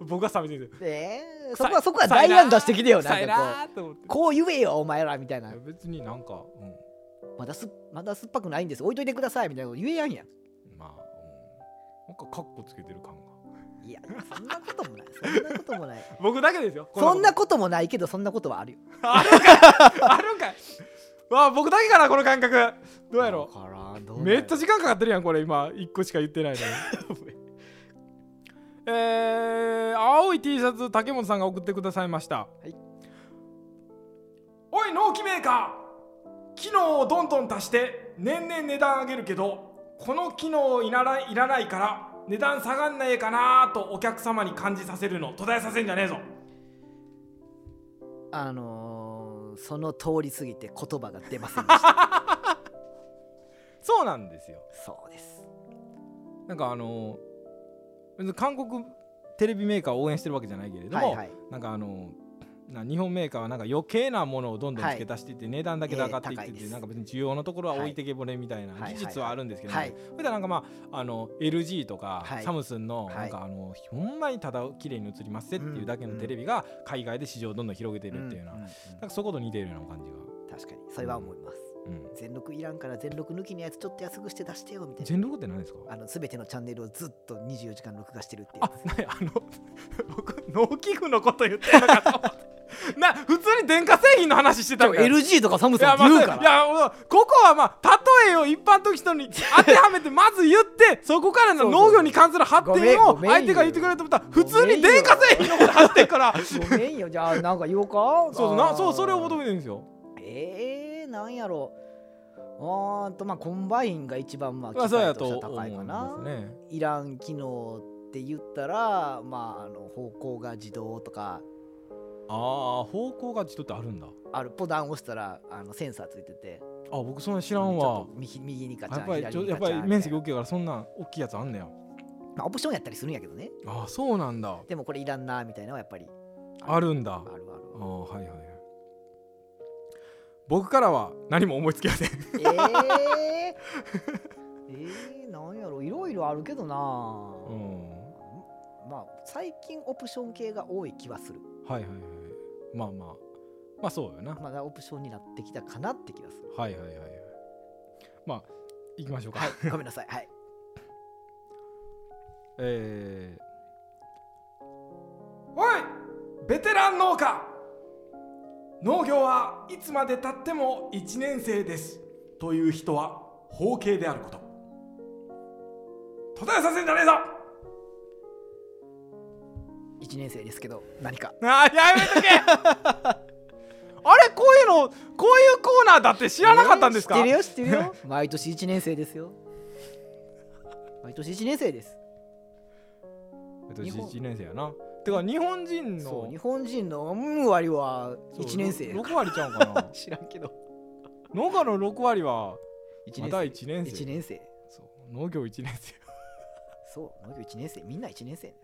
Speaker 1: 僕が寂しいんですよ
Speaker 2: えー、そ
Speaker 1: 臭い
Speaker 2: こは、そこは大乱出してきてよ、
Speaker 1: 臭
Speaker 2: ないんか
Speaker 1: なーと思って
Speaker 2: こう。こう言えよ、お前ら、みたいな。
Speaker 1: いや別になんか、う
Speaker 2: まだす、まだ酸っぱくないんです。置いといてください、みたいなこと言えやんやん。
Speaker 1: ん、まあ、うん、なんかカッコつけてる感が
Speaker 2: いや、そんなこともない。そんなこともない。
Speaker 1: 僕だけですよ
Speaker 2: そんな
Speaker 1: こ
Speaker 2: こともないけど、そんなことはあるよ。
Speaker 1: とあるんかいわあ僕だけかなこの感覚どうやろ
Speaker 2: わからんどう
Speaker 1: う
Speaker 2: なんや
Speaker 1: めっちゃ時間かかってるやんこれ今1個しか言ってないのに えー、青い T シャツ竹本さんが送ってくださいました、
Speaker 2: い
Speaker 1: おい納期メーカー機能をどんどん足して年々値段上げるけどこの機能いらないいらないから値段下がんないかなとお客様に感じさせるの途絶えさせんじゃねえぞ
Speaker 2: あのー、その通り過ぎて言葉が出ませんでした。
Speaker 1: そうなんですよ
Speaker 2: そうです。
Speaker 1: なんかあの別に韓国テレビメーカーを応援してるわけじゃないけれど
Speaker 2: は
Speaker 1: も、
Speaker 2: いはい。
Speaker 1: なんかあのな日本メーカーはなんか余計なものをどんどん付け足していって、値段だけで上がっていって
Speaker 2: ええ高い
Speaker 1: て、
Speaker 2: です
Speaker 1: なんか別に需要のところは置いてけぼれみたいな
Speaker 2: はい
Speaker 1: 技術はあるんですけど、
Speaker 2: はいはい
Speaker 1: それでなんかまああの LG とか、
Speaker 2: はい
Speaker 1: サムスンの
Speaker 2: はい
Speaker 1: なんかあの、ほんまにただ綺麗に映りますぜっていうだけのテレビが海外で市場をどんどん広げてるっていうような,、
Speaker 2: んんん
Speaker 1: なんかそこと似てるような感じが。
Speaker 2: 確かに。それは思います。
Speaker 1: うん
Speaker 2: 全録いらんから全録抜きのやつちょっと安くして出してよみたいな。
Speaker 1: 全力って何ですか
Speaker 2: あの全てのチャンネルをずっと24時間録画してるってや
Speaker 1: あ
Speaker 2: つ。、
Speaker 1: なにあの、 僕、農機具のこと言ってんのかと思って。 な、普通に電化製品の話してた
Speaker 2: で
Speaker 1: ん
Speaker 2: も
Speaker 1: かい
Speaker 2: LG とかサムソン
Speaker 1: や、
Speaker 2: って
Speaker 1: まあ、
Speaker 2: 言う
Speaker 1: い
Speaker 2: から。
Speaker 1: や、もうここはまあ、例えを一般的人に当てはめて、まず 言って、そこからの
Speaker 2: そうそう
Speaker 1: 農業に関する発
Speaker 2: ごめん
Speaker 1: 展
Speaker 2: ご
Speaker 1: を
Speaker 2: めんよ
Speaker 1: 相手が言ってくれると思ったら、普通に電化製品のこと話してっ から。そう
Speaker 2: ごめんよ、じゃあなんか言おうか。
Speaker 1: そう、な、そう、それを求
Speaker 2: め
Speaker 1: めてるんですよ。
Speaker 2: ええー、なんやろう。あーんとまあコンバインが一番まあ
Speaker 1: まあ、
Speaker 2: 機
Speaker 1: そう
Speaker 2: 械
Speaker 1: や
Speaker 2: と
Speaker 1: と
Speaker 2: しては
Speaker 1: 思
Speaker 2: 高いか
Speaker 1: い
Speaker 2: な
Speaker 1: ま。すね。
Speaker 2: いらん機能って言ったら、まあ、あの方向が自動とか
Speaker 1: ああ、方向がちょっとあるんだ。
Speaker 2: あるボタン押したらあのセンサーついてて
Speaker 1: あ、僕そんな知
Speaker 2: ち
Speaker 1: ら
Speaker 2: ょ
Speaker 1: ん
Speaker 2: っ
Speaker 1: わ
Speaker 2: と。右右にかちゃ
Speaker 1: や
Speaker 2: ん
Speaker 1: っぱり、ち
Speaker 2: 左
Speaker 1: ょ
Speaker 2: に
Speaker 1: や
Speaker 2: か
Speaker 1: っ
Speaker 2: ちゃん
Speaker 1: ぱり面積
Speaker 2: み
Speaker 1: 大きいから、そんな大きいやつあんねや。
Speaker 2: たいなまあ、オプションやったりするんやけどね
Speaker 1: ああ、そうなんだ。
Speaker 2: でもこれいらんなみたいなのはやっぱり
Speaker 1: あるんだ。
Speaker 2: ある
Speaker 1: ああはいはいはい僕からは何も思いつきません
Speaker 2: あるえー、 えー、なんやろいろいろあるけどな、
Speaker 1: うん
Speaker 2: まあ最近オプション系が多い気はする
Speaker 1: はいはいはいまあまあまあそうよな、
Speaker 2: まだオプションになってきたかなって気がする
Speaker 1: はいはいはいはいまあ行きましょうか、
Speaker 2: はいごめんなさいはい
Speaker 1: えー、おいベテラン農家農業はいつまでたっても1年生ですという人は包茎であること途絶えさせんじゃねえぞ
Speaker 2: 1年生ですけど何か
Speaker 1: あーやめとけ あれこういうのこういうコーナーだって知らなかったんですか、
Speaker 2: えー知ってるよ知 ってるよ毎年1年生ですよ毎年1年生です
Speaker 1: 私
Speaker 2: 日本
Speaker 1: 1年生やなてか日本人
Speaker 2: そう
Speaker 1: の
Speaker 2: 日本人のうん割は1年生やか
Speaker 1: 6割ちゃうか な
Speaker 2: ら知らんけど
Speaker 1: 農家の6割は
Speaker 2: 1
Speaker 1: ま
Speaker 2: 年
Speaker 1: た
Speaker 2: 生
Speaker 1: 1年生
Speaker 2: 1年生
Speaker 1: そう農業1年生
Speaker 2: そう農業1年生みんな1年生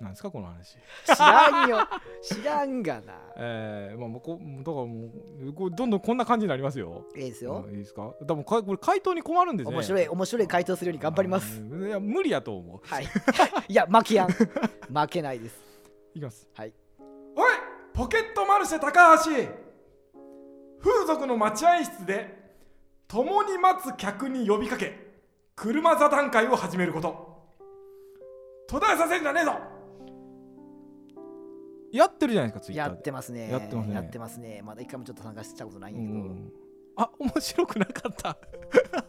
Speaker 1: なんですかこの話
Speaker 2: 知ら んよ知らんがな
Speaker 1: えー、まあもうこだからもうこうどんどんこんな感じになりますよ
Speaker 2: ええですよ
Speaker 1: うんいいですか多分かこれ回答に困るんですね
Speaker 2: 面白い面白い回答するように頑張ります
Speaker 1: うんいや無理やと思う
Speaker 2: はい いや負けやん負けないです
Speaker 1: いきます
Speaker 2: はい
Speaker 1: おいポケットマルシェ高橋風俗の待合室で共に待つ客に呼びかけ車座談会を始めること途絶えさせんじゃねえぞやってるじゃないですかツイッ
Speaker 2: や
Speaker 1: ター
Speaker 2: っ
Speaker 1: で
Speaker 2: てますね
Speaker 1: やってますね
Speaker 2: やってますねまだ一回もちょっと参加したことないん
Speaker 1: う
Speaker 2: やけど、
Speaker 1: んあ面白くなかった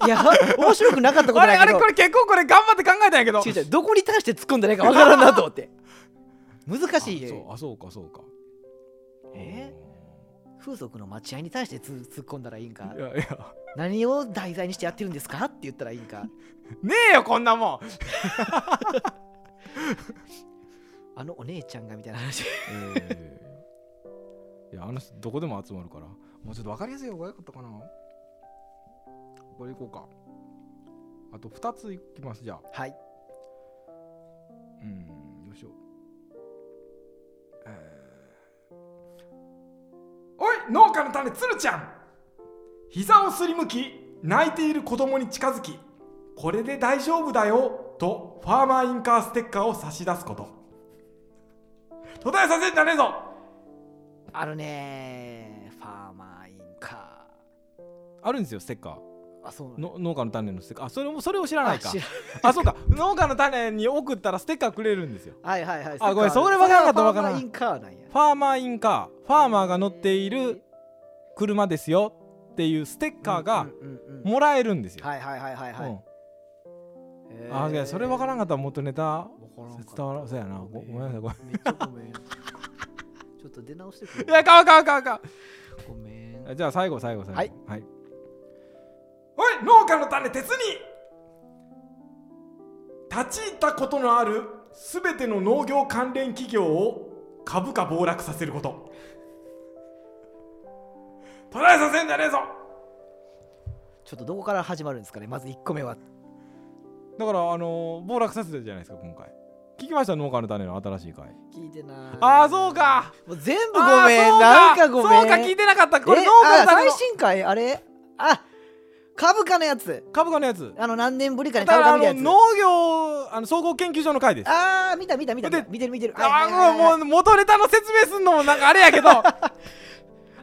Speaker 2: いや面白くなかったこと
Speaker 1: あれ
Speaker 2: ない
Speaker 1: あ
Speaker 2: け
Speaker 1: れ
Speaker 2: ど
Speaker 1: これ結構これ頑張って考えたんやけど
Speaker 2: 違う違うどこに対して突っ込んでないかわからんなと 思って難しい
Speaker 1: あそ
Speaker 2: よ
Speaker 1: うあそうかそうか
Speaker 2: え
Speaker 1: うん
Speaker 2: 風俗の待ち合いに対してつ突っ込んだらいいんか
Speaker 1: いやいや
Speaker 2: 何を題材にしてやってるんですかって言ったらいいんか
Speaker 3: ねえよこんなもん
Speaker 2: あのお姉ちゃんがみたいな話
Speaker 1: えーいやあの人どこでも集まるからもうちょっと分かりやすい方が良かったかなこれいこうかあと2ついきますじゃあ
Speaker 2: はい
Speaker 1: うんよいしょえーおい農家の種つるちゃん膝をすりむき泣いている子供に近づきこれで大丈夫だよとファーマーインカーステッカーを差し出すこと途絶えさせんじゃねえぞ
Speaker 2: あるねファーマーインカ
Speaker 1: あるんですよステッカー
Speaker 2: ーあそうなの
Speaker 1: の農家の種のステッカーあそれもそれを知らない
Speaker 2: あ
Speaker 1: か
Speaker 2: 知ら
Speaker 1: あそうか農家の種に送ったらステッカーくれるんですよ
Speaker 2: はいはいはい
Speaker 1: あごめん
Speaker 2: っ
Speaker 1: それわからなかった
Speaker 2: それは
Speaker 1: わからなか
Speaker 2: ファーマー
Speaker 1: っ
Speaker 2: インカーなんや
Speaker 1: ファーマーインカーファーマーが乗っている車ですよっていうステッカーが
Speaker 2: うんうんうんうん
Speaker 1: もらえるんですよ、
Speaker 2: はいはいはいはいはい、
Speaker 1: うん
Speaker 2: へ
Speaker 1: あいやそれわからんか
Speaker 2: わ
Speaker 1: ったら元ネタ
Speaker 2: からんかった
Speaker 1: 伝わらんそうやなごごめんなさいごめん
Speaker 2: めっちゃごめんちょっと出直してく
Speaker 1: いや
Speaker 2: れ
Speaker 1: かわかわかわか
Speaker 2: ごめん
Speaker 1: じゃあ最後最後最後
Speaker 2: はい、
Speaker 3: おい農家の種鉄に立ち入ったことのあるすべての農業関連企業を株価暴落させること途絶えさせんじゃねえぞ
Speaker 2: ちょっとどこから始まるんですかねまず1個目は
Speaker 1: だからあのー暴落させたじゃないですか今回聞きました農家の種の新しい回
Speaker 2: 聞いてない
Speaker 1: ああそうか
Speaker 2: もう全部ご
Speaker 1: あー
Speaker 2: めん
Speaker 1: そう
Speaker 2: なんかごめん
Speaker 1: そうか聞いてなかったこれ
Speaker 2: え
Speaker 1: 農家の種
Speaker 2: あ最
Speaker 1: の
Speaker 2: 新回あれあ株価のやつ
Speaker 1: 株価のやつ
Speaker 2: あの何年ぶりかに
Speaker 1: た
Speaker 2: 株
Speaker 1: だ
Speaker 2: 価
Speaker 1: あ
Speaker 2: 見た
Speaker 1: の
Speaker 2: やつ
Speaker 1: 農業あの総合研究所の回です
Speaker 2: あー見た見た見た見た
Speaker 1: で
Speaker 2: 見てる見てるはいはいはい
Speaker 1: あ
Speaker 2: はい
Speaker 1: もうもう元ネタの説明すんのもなんかあれやけど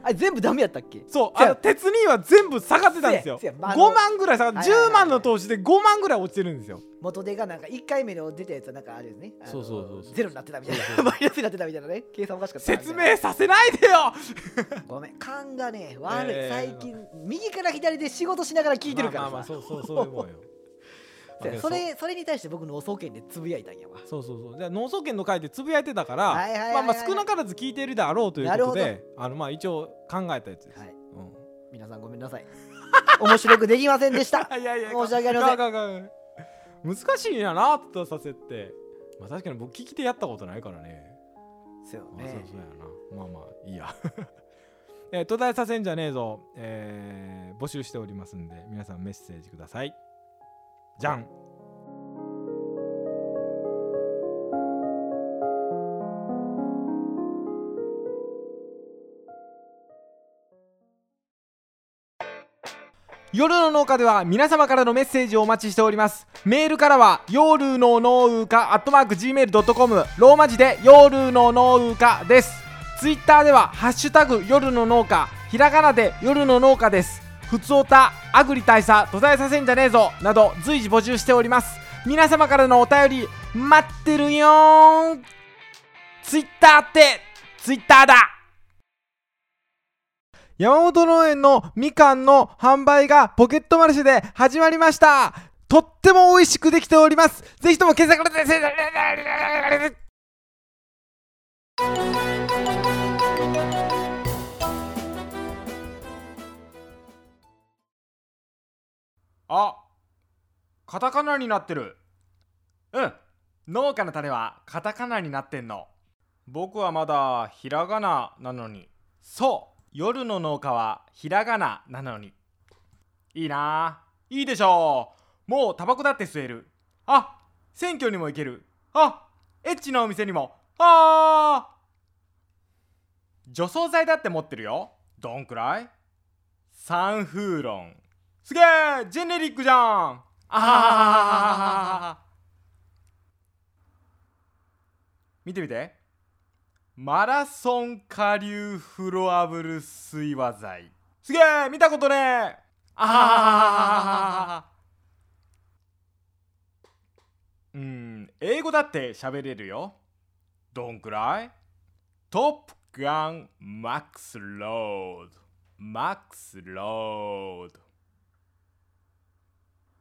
Speaker 2: あ全部ダメやったっけ
Speaker 1: そう
Speaker 2: せ
Speaker 1: あ
Speaker 2: や
Speaker 1: の鉄人は全部下がってたんですよ
Speaker 2: せや
Speaker 1: 5
Speaker 2: せやまああの
Speaker 1: 万ぐらい下がって
Speaker 2: はいはいはい
Speaker 1: 10万の投資で5万ぐらい落ちてるんですよ
Speaker 2: 元手がなんか1回目の出たやつはなんかあれですねあの
Speaker 1: そうそうそうそう
Speaker 2: ゼロになってたみたいなマイナスになってたみたいなね計算おかしかったな
Speaker 1: 説明させないでよ
Speaker 2: ごめん勘がね悪い、
Speaker 1: えー
Speaker 2: 最近右から左で仕事しながら聞いてるからさ、
Speaker 1: まあまあまあそうそうそういう もんよ
Speaker 2: せやそれそれに対して僕のお総研でつぶやいたんやわ
Speaker 1: そうそうそうじゃあ脳総研の回でつぶやいてたから、
Speaker 2: はいはいはいはい
Speaker 1: まあまあ少なからず聞いてるであろうということ
Speaker 2: なる
Speaker 1: であのまあ一応考えたやつです、
Speaker 2: はい
Speaker 1: うん
Speaker 2: 皆さんごめんなさい 面白くできませんでした
Speaker 1: あいやいや
Speaker 2: 申し訳ありません
Speaker 1: かかか難しいんやなとさせってまあ確かに僕聞き手やったことないからね
Speaker 2: そうよ
Speaker 1: まあ、そう
Speaker 2: ね
Speaker 1: そうやなまあまあいいや えー、途絶えさせんじゃねえぞ、えー募集しておりますんで皆さんメッセージくださいじゃん
Speaker 3: 夜の農家では皆様からのメッセージをお待ちしておりますメールからは夜の農家アットマーク Gmail.com ローマ字で夜の農家ですツイッターではハッシュタグ夜の農家ひらがなで夜の農家ですふつおたアグリ大佐途絶えさせんじゃねえぞなど随時募集しております皆様からのお便り待ってるよーんツイッターってツイッターだ山本農園のみかんの販売がポケットマルシェで始まりましたとっても美味しくできておりますぜひとも検索であカタカナになってるうん農家の種はカタカナになってんの僕はまだひらがななのにそう夜の農家はひらがななのにいいなあいいでしょうもうタバコだって吸えるあ選挙にも行けるあエッチなお店にもああ除草剤だって持ってるよどんくらいサンフーロンすげえジェネリックじゃんああ見てみてマラソン下流フロアブル水和剤すげえ見たことねえあーうん英語だって喋れるよどんくらいトップガンマックスロードマックスロード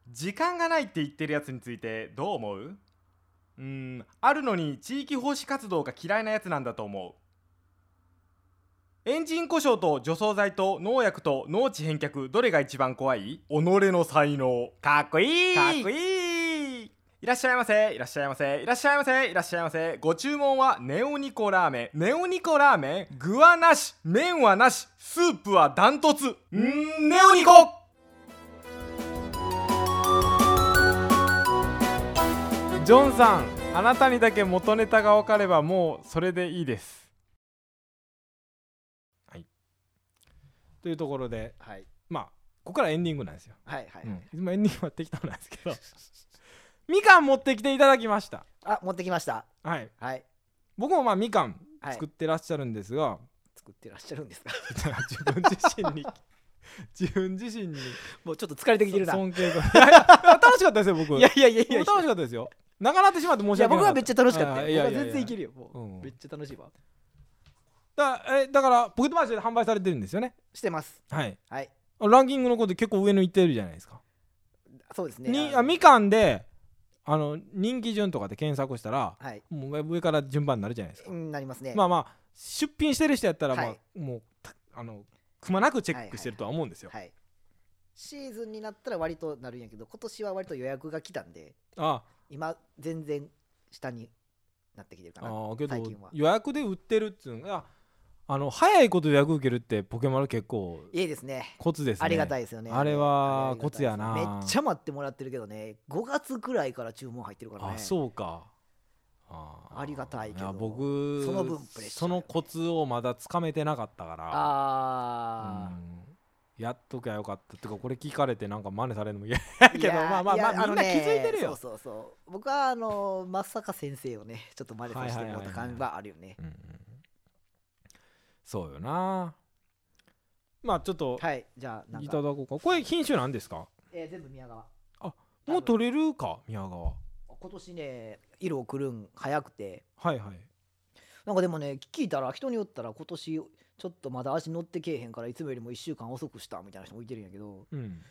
Speaker 3: 時間がないって言ってるやつについてどう思ううーんあるのに地域奉仕活動が嫌いなやつなんだと思う
Speaker 1: エンジン故障と除草剤と農薬と農地返却どれが一番怖い己の才能かっこいい
Speaker 2: かっこ
Speaker 1: いいいらっしゃいませいらっしゃいませいらっしゃいませいらっしゃいませご注文はネオニコラーメンネオニコラーメン具はなし麺はなしスープはダントツんーネオニコジョンさんあなたにだけ元ネタが分かればもうそれでいいです
Speaker 5: というところで
Speaker 2: はい
Speaker 5: まあここからエンディングなんですよ、
Speaker 2: はいはい、
Speaker 5: うん、今エンディングは適当なんですけど みかん持ってきていただきました
Speaker 2: あ持ってきました
Speaker 5: はい
Speaker 2: はい
Speaker 5: 僕もまあみかん
Speaker 2: はい
Speaker 5: 作ってらっしゃるんですが、
Speaker 2: 作ってらっしゃるんですか
Speaker 5: 自分自身に 自分自身に
Speaker 2: もうちょっと疲れてきてるな
Speaker 5: 尊敬がいやいや楽しかったですよ僕
Speaker 2: いやいやいやいや
Speaker 5: 僕楽しかったですよ長なってしまって申
Speaker 2: い
Speaker 5: し
Speaker 2: や
Speaker 5: 訳な
Speaker 2: 僕
Speaker 5: か
Speaker 2: は
Speaker 5: った
Speaker 2: めっちゃ楽しかった
Speaker 5: あ
Speaker 2: よ
Speaker 5: いやいや
Speaker 2: 僕
Speaker 5: いや
Speaker 2: は全然いけるよもう、
Speaker 5: うん
Speaker 2: めっちゃ楽しいわ
Speaker 5: だえだからポケットマーチで販売されてるんですよね
Speaker 2: してます
Speaker 5: はい
Speaker 2: はい
Speaker 5: あランキングのことで結構上に行ってるじゃないですか、
Speaker 2: そうですね
Speaker 5: に
Speaker 2: の
Speaker 5: あみかんであの人気順とかで検索したら
Speaker 2: はい
Speaker 5: もう上から順番になるじゃないですか、
Speaker 2: うんなりますね
Speaker 5: まあまあ出品してる人やったら、まあ
Speaker 2: はい
Speaker 5: もうたあのくまなくチェックしてるとは思うんですよ、
Speaker 2: はいシーズンになったら割となるんやけど今年は割と予約が来たんで
Speaker 5: あ
Speaker 2: 今全然下になってきてるかな
Speaker 5: あーけ
Speaker 2: 最
Speaker 5: ど
Speaker 2: 近は
Speaker 5: 予約で売ってるっていうのがあの早いこと予約受けるってポケマル結構
Speaker 2: いいですね
Speaker 5: コツですね
Speaker 2: ありがたいですよね
Speaker 5: あれは
Speaker 2: ありがたいですね
Speaker 5: コツやな
Speaker 2: めっちゃ待ってもらってるけどね5月くらいから注文入ってるからね
Speaker 5: あそうかあー
Speaker 2: ありがたいけど
Speaker 5: や僕
Speaker 2: その分プレッシャー
Speaker 5: そのコツをまだつかめてなかったから
Speaker 2: あ
Speaker 5: うんやっときゃよかったってかこれ聞かれてなんか真似されるのも嫌や
Speaker 2: ー
Speaker 5: け
Speaker 2: い
Speaker 5: ど
Speaker 2: や
Speaker 5: まあまあ
Speaker 2: いや
Speaker 5: まあみん な
Speaker 2: の
Speaker 5: 気
Speaker 2: ね
Speaker 5: づいてるよ
Speaker 2: そうそうそう僕はあのまさか先生をねちょっと真似させてもらった感はあるよね
Speaker 5: うんうんそうよなまあちょっと
Speaker 2: はいじゃあなん
Speaker 5: いただ
Speaker 2: か
Speaker 5: こうかこれ品種なんですか
Speaker 2: えー全部宮川
Speaker 5: もう取れるか宮川
Speaker 2: 今年ね色をくるん早くて
Speaker 5: はいはい
Speaker 2: なんかでもね聞いたら人によったら今年ちょっとまだ足乗ってけえへんからいつもよりも1週間遅くしたみたいな人もいてるんやけど
Speaker 5: うん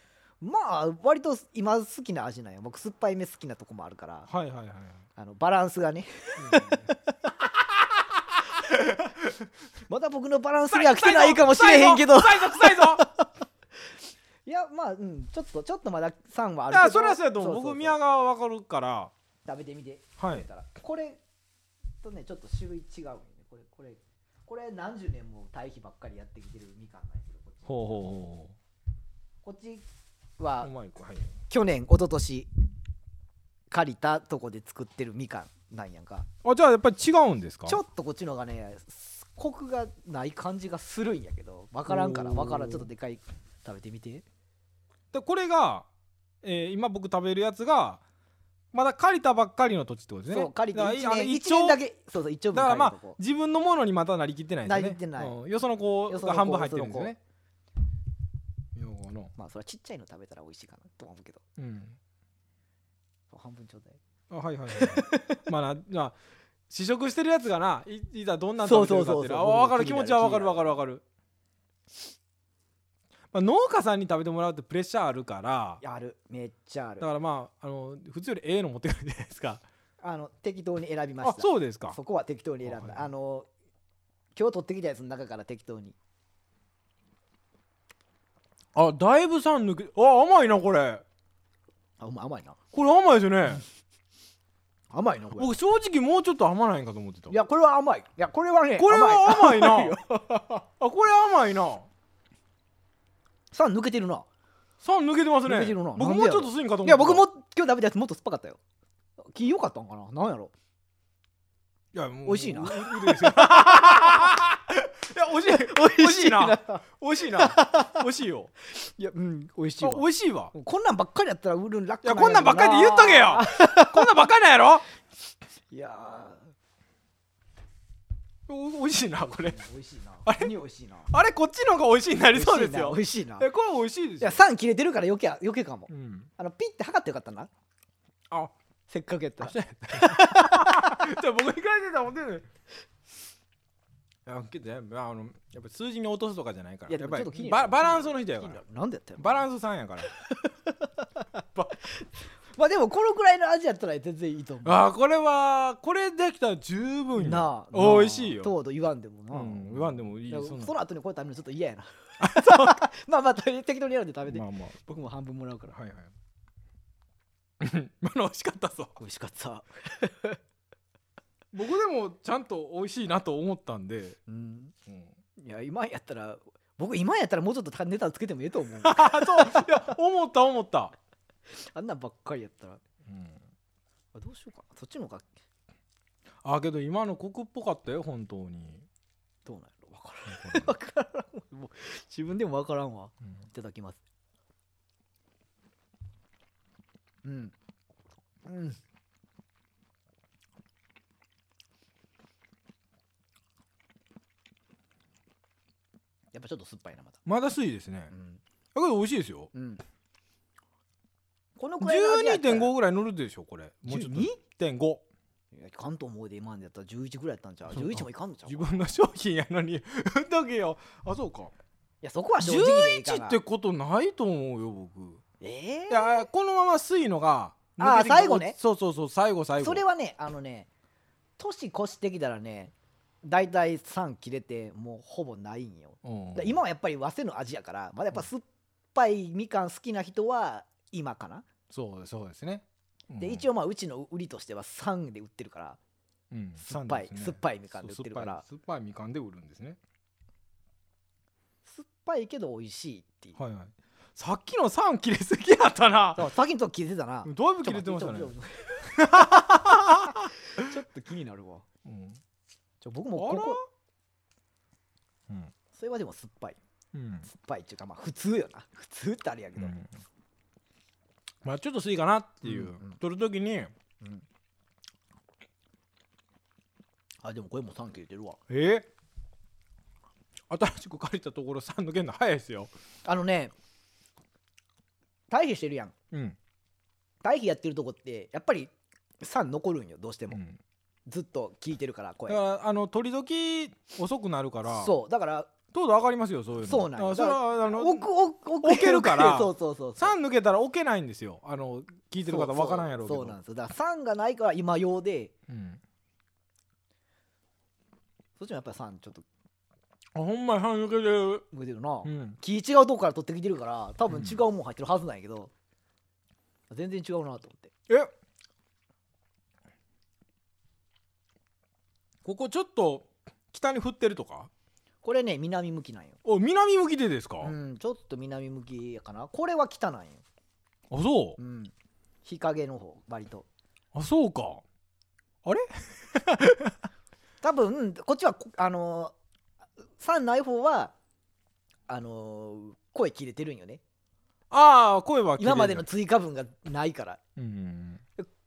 Speaker 2: まあ割と今好きな味なんや僕酸っぱい目好きなとこもあるから
Speaker 5: はいはいはいはい
Speaker 2: あのバランスがねまだ僕のバランスには来てないかもしれへんけど
Speaker 5: 臭いぞ臭いぞ
Speaker 2: いやまあうんちょっとちょっとまだ酸はあ
Speaker 5: い
Speaker 2: るけど
Speaker 5: やそれはそうやと思
Speaker 2: そ
Speaker 5: う
Speaker 2: うそうそう
Speaker 5: 僕宮川わかるから
Speaker 2: 食べてみて
Speaker 5: は
Speaker 2: 言
Speaker 5: い
Speaker 2: ったらこれとねちょっと種類違うよねこれこれこれ何十年も堆肥ばっかりやってきてるみかんなんやけどこっち
Speaker 5: ほうほ
Speaker 2: こっち
Speaker 5: うほう
Speaker 2: は
Speaker 5: うまい子はい
Speaker 2: 去年一昨年借りたとこで作ってるみかんなんやんか
Speaker 5: あじゃあやっぱり違うんですか
Speaker 2: ちょっとこっちのがねすコクがない感じがするんやけどわからんから
Speaker 5: おー
Speaker 2: わからんちょっとでかい食べてみて
Speaker 5: でこれが、えー今僕食べるやつがまだ借りたばっかりの土地ってことですね
Speaker 2: そう借りて
Speaker 5: だから
Speaker 2: 1
Speaker 5: あの
Speaker 2: 年
Speaker 5: 一
Speaker 2: 一年だけそうそう一応
Speaker 5: だからまあ
Speaker 2: こ
Speaker 5: 自分のものにまたなりきってないですよね
Speaker 2: なりきってない
Speaker 5: うんよその子
Speaker 2: よその
Speaker 5: が
Speaker 2: 子
Speaker 5: 半分入ってるんですよねよその
Speaker 2: まあそれはちっちゃいの食べたら美味しいかなとは思うけど
Speaker 5: うん
Speaker 2: 半分ちょうだい
Speaker 5: あはいはいはい まあなまあ試食してるやつがないいざどんなん食べてるか
Speaker 2: そうそうそ
Speaker 5: っ
Speaker 2: う
Speaker 5: て
Speaker 2: そう
Speaker 5: あ分かる気
Speaker 2: 気にな
Speaker 5: 持
Speaker 2: る
Speaker 5: ちは分かる分かる分かる、まあ、農家さんに食べてもらうってプレッシャーあるから
Speaker 2: やるめっちゃある
Speaker 5: だからまああの普通よりええの持ってくるじゃないですか
Speaker 2: あの適当に選びま
Speaker 5: あ
Speaker 2: した
Speaker 5: そうですか
Speaker 2: そこは適当に選ん
Speaker 5: あ
Speaker 2: だ
Speaker 5: はい
Speaker 2: あの今日取ってきたやつの中から適当に
Speaker 5: あだいぶ酸抜けあ甘いなこれ
Speaker 2: あお前甘いな
Speaker 5: これ甘いですよね
Speaker 2: 甘いなこれ
Speaker 5: 僕正直もうちょっと甘ないんかと思ってた
Speaker 2: いやこれは甘いいやこれはね
Speaker 5: これ
Speaker 2: 甘い
Speaker 5: は甘いな
Speaker 2: 甘いよ
Speaker 5: あこれ甘いな
Speaker 2: 酸抜けてるな
Speaker 5: 酸抜けてます
Speaker 2: 抜
Speaker 5: ね
Speaker 2: けてるな
Speaker 5: 僕
Speaker 2: なん
Speaker 5: も
Speaker 2: でや
Speaker 5: うち
Speaker 2: ろ
Speaker 5: ょっとすいんかと思って
Speaker 2: い
Speaker 5: た
Speaker 2: や僕も今日食べたやつもっと酸っぱかったよ気良かったんかななんやろ
Speaker 5: いやもう
Speaker 2: 美味しいな
Speaker 5: うううですよいや美味しい 美味しいな美味しいな美味しいよ
Speaker 2: いやうん美味しい
Speaker 5: あ
Speaker 2: わ
Speaker 5: 美味しいわ
Speaker 2: こんなんばっかりやったら売るん楽
Speaker 5: いやこんなんばっかりで言っとけよこんなんばっかりなんやろ
Speaker 2: いや
Speaker 5: お美味しいなこれ
Speaker 2: ー美味しいな
Speaker 5: あ
Speaker 2: れ美味しいな
Speaker 5: あれこっちの方が美味しいになりそうですよ
Speaker 2: 美味しいな美味しいな
Speaker 5: えこれ美味しいで
Speaker 2: い
Speaker 5: すよ
Speaker 2: や酸切れてるから余計余計かも
Speaker 5: うん
Speaker 2: あのピッて測ってよかったな
Speaker 5: あ
Speaker 2: せっかくやったら
Speaker 5: じゃあ僕に書いてたもんね。いやけどねまああのやっぱり数字に落とすとかじゃないから
Speaker 2: いや
Speaker 5: や
Speaker 2: で
Speaker 5: っ
Speaker 2: も
Speaker 5: ぱ
Speaker 2: ちょっと気
Speaker 5: り
Speaker 2: にな
Speaker 5: バ
Speaker 2: る
Speaker 5: バランスの人やから
Speaker 2: なんでやったよ
Speaker 5: バランスさんやから
Speaker 2: まあでもこのくらいの味やったら全然いいと思う
Speaker 5: あーこれはこれできたら十分よ
Speaker 2: なあ
Speaker 5: 美味しいよ
Speaker 2: とうとう言わんでも
Speaker 5: う
Speaker 2: な、
Speaker 5: ん言わんでもいい
Speaker 2: いや
Speaker 5: そんな
Speaker 2: その後にこれ食べるのちょっと嫌 やなまあまあ適当にやるんで食べて、
Speaker 5: まあまあ
Speaker 2: 僕も半分もらうから
Speaker 5: はいはい今の美味しかったぞ
Speaker 2: 美味しかった、
Speaker 5: 僕でもちゃんと美味しいなと思ったんで、
Speaker 2: うん、
Speaker 5: うん、
Speaker 2: いや今やったら僕今やったらもうちょっとネタつけてもええと思 う
Speaker 5: あそういや思った思った、
Speaker 2: あんなんばっかりやったら
Speaker 5: うん、
Speaker 2: あどうしようかなそっちの方が
Speaker 5: あけど今のコクっぽかったよ本当に
Speaker 2: どうなんやろ分からん分からんもう自分でも分からんわいただきますうんうんやっぱちょっと酸っぱいなまだ
Speaker 5: まだすいですね
Speaker 2: うん、
Speaker 5: だけど美味しいですよ
Speaker 2: うん、このくらいの味やったら
Speaker 5: 12.5ぐらい乗るでしょこれもうちょっと1.5
Speaker 2: いやいかんと思うで今までやったら11ぐらいやったんちゃう
Speaker 5: そう
Speaker 2: 11もいかんのちゃうい
Speaker 5: 自分の商品やのに だけよあそうか
Speaker 2: やそこは正直でいいか
Speaker 5: 11
Speaker 2: な
Speaker 5: ってことないと思うよ僕
Speaker 2: え
Speaker 5: いやこのまま水のが
Speaker 2: あー
Speaker 5: 抜けてきて
Speaker 2: 最後ね
Speaker 5: そうそうそう最後最
Speaker 2: ー、
Speaker 5: 後
Speaker 2: それはねあのね年越してきたらね大体3切れてもうほぼないんよ
Speaker 5: うん
Speaker 2: だ今はやっぱり和製の味やからまだやっぱ酸っぱいみかん好きな人は今かな、
Speaker 5: そうそうですね
Speaker 2: で一
Speaker 5: 応
Speaker 2: 応まあうちの売りとしては3で売ってるから酸っぱい、酸っぱいみかんで売ってるから
Speaker 5: 酸っぱいみかんで売るんですね
Speaker 2: 酸っぱいけど美味しいっていう、
Speaker 5: はいはいさっきの酸切れすぎやったな
Speaker 2: そう先にと切れてたな、
Speaker 5: だいぶ切れてましたね
Speaker 2: ちょっと待ってちょっとちょっと気になるわ
Speaker 5: うん
Speaker 2: ちょ僕もこ
Speaker 5: あ
Speaker 2: こ
Speaker 5: らうん
Speaker 2: それはでも酸っぱい
Speaker 5: うん
Speaker 2: 酸っぱいっていうかまあ普通よな普通ってあれやけど、
Speaker 5: うんまあちょっとすいかなってい
Speaker 2: う
Speaker 5: う、
Speaker 2: んうん
Speaker 5: 取るときにえ
Speaker 2: あでもこれも3切れてるわ
Speaker 5: ー新しく借りたところ3抜けるの早いですよ
Speaker 2: あのね退避してるやん
Speaker 5: うん、
Speaker 2: 退避やってるとこってやっぱり酸残るんよどうして
Speaker 5: う
Speaker 2: も、
Speaker 5: ん、
Speaker 2: ずっと聞いてるから
Speaker 5: だ
Speaker 2: 声
Speaker 5: からあの取り時遅くなるから
Speaker 2: そうだから
Speaker 5: 糖度上がりますよそういうの
Speaker 2: そうなんよ
Speaker 5: あそれはあの
Speaker 2: 置く置く
Speaker 5: 置けるか ら
Speaker 2: そうそうそうそう
Speaker 5: 3抜けたら置けないんですよあの聞いてる方わからんやろうけど
Speaker 2: そうそうなんですよだから酸がないから今用で
Speaker 5: うん
Speaker 2: そっちもやっぱり酸ちょっと
Speaker 5: あほんまに3抜けてる
Speaker 2: 向いてるな、
Speaker 5: うん
Speaker 2: 気違うとこから取ってきてるから多分違うもん入ってるはずなんやけど、全然違うなと思って
Speaker 5: えここちょっと北に振ってるとか
Speaker 2: これね南向きなんよ
Speaker 5: お南向きでですか、
Speaker 2: うんちょっと南向きやかなこれは北なんよ
Speaker 5: あそう
Speaker 2: う、ん日陰の方割と
Speaker 5: あそうか
Speaker 2: 多分こっちはこあのー酸ない方はあのー声切れてるんよね
Speaker 5: ああ声は切れる
Speaker 2: 今までの、追加分がないから
Speaker 5: うん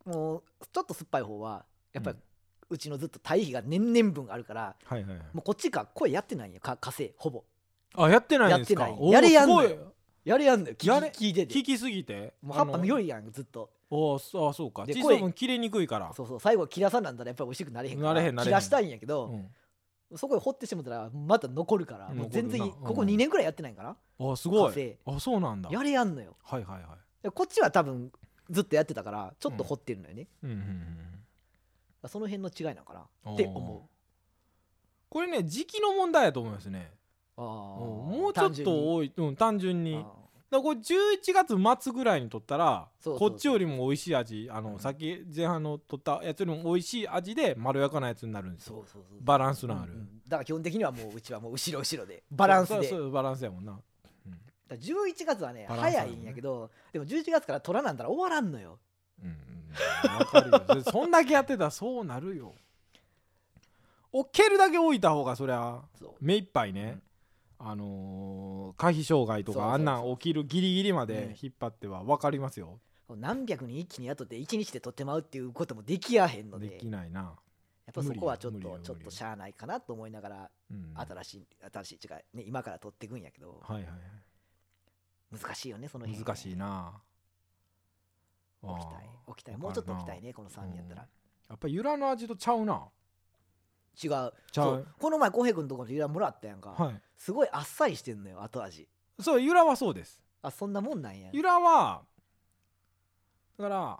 Speaker 5: うん
Speaker 2: もうちょっと酸っぱい方はやっぱり
Speaker 5: うん
Speaker 2: うちのずっと堆肥が年々分あるから、
Speaker 5: はいはいはい
Speaker 2: もうこっちが声やってないんよか火星ほぼ
Speaker 5: あやってないんですか
Speaker 2: やってない
Speaker 5: おー
Speaker 2: やれやんのよ
Speaker 5: す
Speaker 2: やれやんのよ聞
Speaker 5: やれ
Speaker 2: き聞いて
Speaker 5: ごい聞
Speaker 2: て
Speaker 5: きすぎて
Speaker 2: もう葉っぱ
Speaker 5: あ
Speaker 2: 見
Speaker 5: の
Speaker 2: よりやんずっと
Speaker 5: おーそあそうか
Speaker 2: で
Speaker 5: 小さい分切れにくいから
Speaker 2: そうそう最後切らさなんだらやっぱり美味しくなれへんから
Speaker 5: なれへんなれへん
Speaker 2: 切らしたいんやけど、
Speaker 5: うん
Speaker 2: そこで掘ってしまったらまた残るからもう
Speaker 5: 残る
Speaker 2: 全
Speaker 5: な
Speaker 2: 然いい
Speaker 5: うん
Speaker 2: ここ2年くらいやってないんかな、
Speaker 5: あーすご
Speaker 2: 火星
Speaker 5: いあそうなんだ
Speaker 2: や
Speaker 5: はい
Speaker 2: れやんのよ
Speaker 5: はいは
Speaker 2: でこっちは多分ずっとやってたからちょっと掘ってるのよね、
Speaker 5: いうんうんうん
Speaker 2: その辺の違いなのか
Speaker 5: あ
Speaker 2: な
Speaker 5: ー
Speaker 2: って思う
Speaker 5: これね時期の問題やと思いますね
Speaker 2: あ
Speaker 5: うん
Speaker 2: ー
Speaker 5: もうちょっ
Speaker 2: 単純
Speaker 5: と
Speaker 2: に
Speaker 5: 多いうん単純
Speaker 2: あ
Speaker 5: に
Speaker 2: ー
Speaker 5: だからこれ11月末ぐらいに取ったら
Speaker 2: そうそうそう
Speaker 5: こっちよりも美味しい味あの、
Speaker 2: うん
Speaker 5: さっき前半の取ったやつよりも美味しい味でまろやかなやつになるんです
Speaker 2: そ
Speaker 5: よ
Speaker 2: うそうそう
Speaker 5: バランスのある、
Speaker 2: うんうんだから基本的にはもううちはもう後ろ後ろでバランスで
Speaker 5: そう
Speaker 2: だ
Speaker 5: そうそうバランスやもんな
Speaker 2: から11月はね
Speaker 5: バランスあ
Speaker 2: 早
Speaker 5: る
Speaker 2: いんやけどでも11月から取らなんだら終わらんのよ
Speaker 5: うんうんわかるよ それそんだけやってたらそうなるよ置けるだけ置いた方がそりゃ
Speaker 2: そう
Speaker 5: 目いっぱいね、あのー、可否障害と
Speaker 2: そうそうそ
Speaker 5: か
Speaker 2: う
Speaker 5: あんなん起きるギリギリま
Speaker 2: うん
Speaker 5: で引っ張っては分かりますよ、
Speaker 2: 何百人一気に雇って1日で取ってまうっていうこともできやへんので
Speaker 5: できないな、
Speaker 2: やっぱそこはちょっ
Speaker 5: 無理よ
Speaker 2: と
Speaker 5: 無理
Speaker 2: ちょ
Speaker 5: よ
Speaker 2: っとしゃあないかなと思いながら
Speaker 5: うん、はい
Speaker 2: 新しい新しい違うね今から取っていくんやけど
Speaker 5: はいはい
Speaker 2: 難しいよねその辺
Speaker 5: 難しいな
Speaker 2: 起きたい起きたいもうちょっと起きたい
Speaker 5: ね
Speaker 2: ねこの3やったら
Speaker 5: やっぱゆらの味とちゃうな
Speaker 2: 違う
Speaker 5: ちゃう
Speaker 2: そうこの前浩平君のところでゆらもらったやんか、
Speaker 5: は
Speaker 2: すごいあっさりしてんのよ後味
Speaker 5: いそうゆらはそうです
Speaker 2: あそんなもんなんや
Speaker 5: ゆらはだから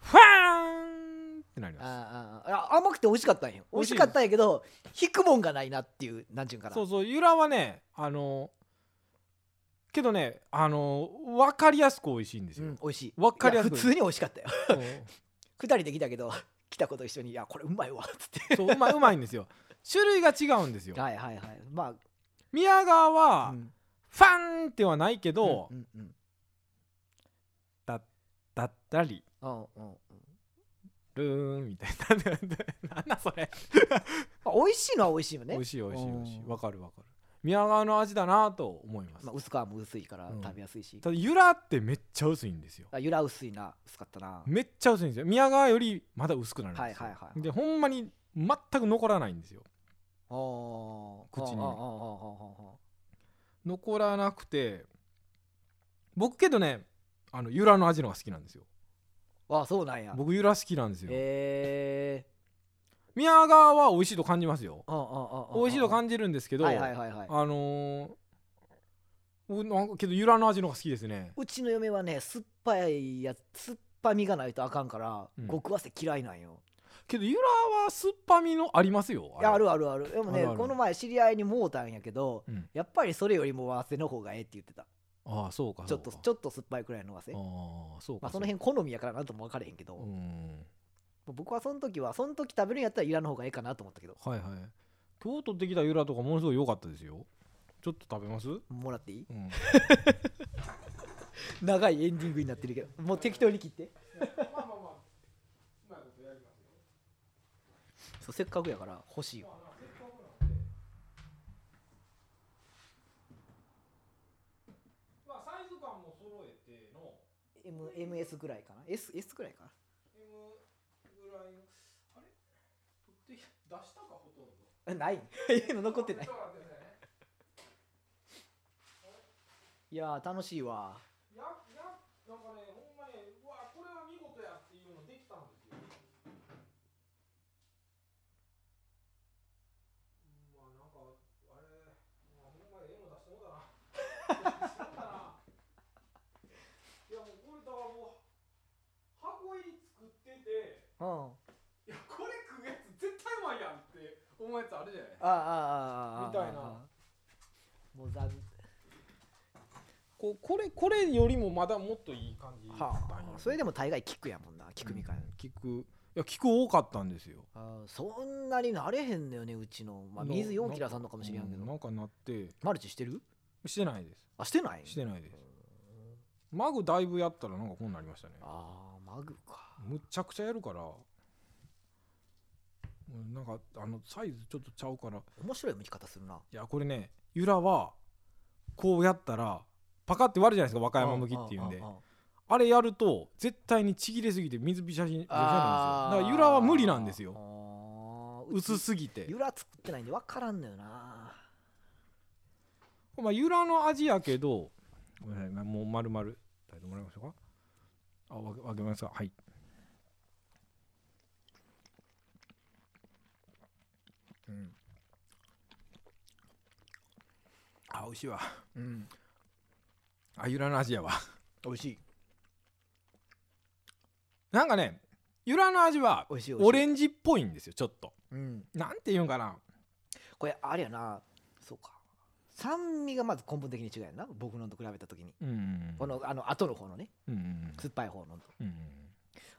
Speaker 5: ファーンってなります
Speaker 2: あーあーあーあ甘くて美味しかったんよ
Speaker 5: 美
Speaker 2: 美
Speaker 5: 味
Speaker 2: 味
Speaker 5: しい
Speaker 2: しかったんやけど引くもんがないなっていうなんちゅうんかな
Speaker 5: そうそうゆらはねあのけどねあの分かりやすく美味しいんですよ、
Speaker 2: うん、美味しい
Speaker 5: わかりやすく
Speaker 2: い普通に美味しかったよ
Speaker 5: うん
Speaker 2: 二人で来たけど来た子と一緒に「いやこれうまいわ」っつって
Speaker 5: そううまいうまいんで すよ種類が違うんですよ
Speaker 2: はいはいはいま
Speaker 5: 宮川
Speaker 2: あ、
Speaker 5: は
Speaker 2: うん
Speaker 5: ファンってはないけど、
Speaker 2: うんうん
Speaker 5: だったり
Speaker 2: うんうんうん
Speaker 5: ルーンみたいな なんだそれ
Speaker 2: まあ美味しいのは美味しいよね
Speaker 5: 美味しい美味しい美味しい
Speaker 2: うん
Speaker 5: わかるわかる宮川の味だなと思います、
Speaker 2: まあ、薄皮も薄いから
Speaker 5: うん
Speaker 2: 食べやすいし、
Speaker 5: ただゆらってめっちゃ薄いんですよ
Speaker 2: あゆら薄いな薄かったな
Speaker 5: めっちゃ薄いんですよ宮川よりまだ薄くなるんですよ、
Speaker 2: はいはいはい
Speaker 5: でほんまに全く残らないんですよ
Speaker 2: お
Speaker 5: 口
Speaker 2: あ
Speaker 5: に
Speaker 2: ーあーあーあーあ
Speaker 5: 残らなくて僕けどねあのゆらの味の方が好きなんですよ
Speaker 2: ーあーそうなんや
Speaker 5: 僕ゆら好きなんですよ、
Speaker 2: え
Speaker 5: 宮川は美味しいと感じますよ
Speaker 2: ー、あーあーあ
Speaker 5: 美味しいと
Speaker 2: じ
Speaker 5: 感じるんですけど、
Speaker 2: はいはいはいはい
Speaker 5: あのー僕なんかけどゆらの味の方が好きですね
Speaker 2: うちの嫁はね酸っぱいやつ酸っぱみがないとあかんから、
Speaker 5: うん
Speaker 2: 極わせ嫌いなんよ
Speaker 5: けどゆらは酸っぱみのありますよ
Speaker 2: いやあ
Speaker 5: れ
Speaker 2: るあるあるでもね
Speaker 5: あるある
Speaker 2: この前知り合いにもうたんやけど、
Speaker 5: うん
Speaker 2: やっぱりそれよりも和せの方がええって言ってた
Speaker 5: ああそうか
Speaker 2: ちょっと
Speaker 5: そうか
Speaker 2: ちょっと酸っぱいくらいの和せま
Speaker 5: ああそうか
Speaker 2: あその辺好みやからなんとも分かれへんけど、
Speaker 5: そうかうん
Speaker 2: 僕はその時はその時食べるんやったらイラの方がええかなと思ったけど
Speaker 5: はいはい京都できたゆらとかものすごい良かったですよちょっと食べますう
Speaker 2: もらっていい
Speaker 5: ん
Speaker 2: 長いエンディングになってるけどもう適当に切ってそうせっかくやから欲しいよ
Speaker 5: まあサイズ感も揃えての
Speaker 2: M MS ぐらいかな S, S ぐらいかな
Speaker 5: M ぐらいのあれ取って出したかほとんど
Speaker 2: え ないいうの残ってないいやー楽しいわ
Speaker 5: ややなんかねほんまねうわこれは見事やっていうのできたんですよまあなんかあれ、まあ、ほんまええの出してもうたな出してもうたないやもうこれだからもう箱入り作ってて
Speaker 2: うんあ
Speaker 5: いやこれ食うやつ絶対うまいやんって思うやつあるじゃない
Speaker 2: ああああああ
Speaker 5: みたいな
Speaker 2: もう残
Speaker 5: ここれこれよりもまだもっといい感じ
Speaker 2: はあそれでも大概キックやもんなキックみかん、
Speaker 5: うん聞くいや聞く多かったんですよ
Speaker 2: あーそんなになれへんのよねうちの、まあ、
Speaker 5: な
Speaker 2: 水4キラさんのかもしれんけど、
Speaker 5: うなんかなって
Speaker 2: マルチしてる
Speaker 5: してないで
Speaker 2: あしてない
Speaker 5: すしてないですマグだいぶやったらなんかこうなりましたね
Speaker 2: ああマグか
Speaker 5: むっちゃくちゃやるからうんなんかあのサイズちょっとちゃうから
Speaker 2: 面白い剥き方するない
Speaker 5: やこれねゆらはこうやったらパカって割るじゃないですか和歌山向きっていうんで
Speaker 2: ああああ
Speaker 5: あれやると絶対にちぎれすぎて水びしゃびしゃになるんですよだ
Speaker 2: あー
Speaker 5: からゆらは無理なんですよ
Speaker 2: あーうち
Speaker 5: 薄すぎて
Speaker 2: ゆら作ってないんで分からんのよな
Speaker 5: まあ、ゆらの味やけど、ごめんなさいまあ、もう丸々、食べてもらいましょうか。あ、わけ、わけますか。はい。うん。あ、美味しいわ。
Speaker 2: うん
Speaker 5: あ、ゆらの味やわ。
Speaker 2: 美味しい
Speaker 5: なんかね、ゆらの味は
Speaker 2: 美味しい美味しい
Speaker 5: オレンジっぽいんですよ、ちょっと。
Speaker 2: うん
Speaker 5: なんていうんかな。
Speaker 2: これあれやなそうか酸味がまず根本的に違うやんな僕のと比べた時に
Speaker 5: うん。
Speaker 2: このあの後の方のね
Speaker 5: うんうん
Speaker 2: 酸っぱい方のと
Speaker 5: うん。うん。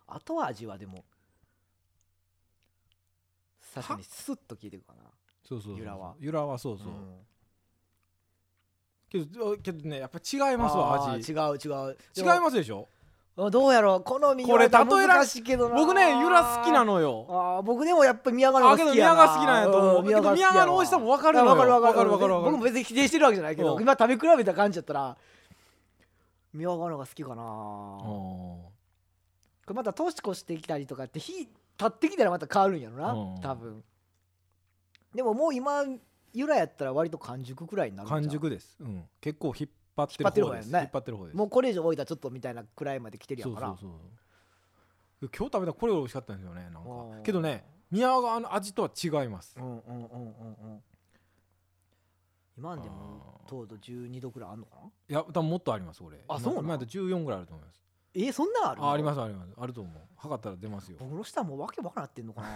Speaker 2: 後味はでも確かにスッと効いてくかな
Speaker 5: そうそうそうそう。
Speaker 2: ゆらは
Speaker 5: ゆらはそうそう。
Speaker 2: ん
Speaker 5: けど、けどね、やっぱ違いますわ、
Speaker 2: あ
Speaker 5: 味。違い
Speaker 2: ー違う違う
Speaker 5: ますでしょ
Speaker 2: すどうやろう好み
Speaker 5: これ
Speaker 2: は
Speaker 5: 例えら
Speaker 2: 難しいけどな
Speaker 5: 僕ねゆら好きなのよ
Speaker 2: あー僕でもやっぱり宮川の
Speaker 5: あ
Speaker 2: 方が好き
Speaker 5: けど宮
Speaker 2: やな
Speaker 5: 川好きなんやと思うけど
Speaker 2: 好きや
Speaker 5: 宮
Speaker 2: わ
Speaker 5: 川の美味しさも分かるのよ
Speaker 2: わかるわかる
Speaker 5: 分かる分かる
Speaker 2: 僕も別に否定してるわけじゃないけ
Speaker 5: う
Speaker 2: ど
Speaker 5: ん
Speaker 2: 今食べ比べた感じやったら宮川の方が好きかなこれまた年越してきたりとかって日経ってきたらまた変わるんやろな
Speaker 5: うん
Speaker 2: 多分でももう今由来やったら割と完熟くらいになるんじゃん
Speaker 5: 完熟です、うん、結構引っ張ってる方です
Speaker 2: 引
Speaker 5: 引
Speaker 2: っ
Speaker 5: っ張ってる方です
Speaker 2: もうこれ以上置いたらちょっとみたいなくらいまで来てるや
Speaker 5: そ
Speaker 2: ん
Speaker 5: う
Speaker 2: か
Speaker 5: そう
Speaker 2: ら
Speaker 5: そう今日食べたこれより美味しかったんですよねなんか
Speaker 2: うん
Speaker 5: けどね宮川の味とは違います
Speaker 2: うんうんうんうんうん今んでも
Speaker 5: あー
Speaker 2: 糖度12度くらいあんのかない
Speaker 5: や多分もっとありますこれ
Speaker 2: あそうなん
Speaker 5: 今今やったら14ぐらいあると思います
Speaker 2: えそんなのある
Speaker 5: あありますありますあると思う測ったら出ますよ
Speaker 2: 僕の下もうわけわからんなってんのか な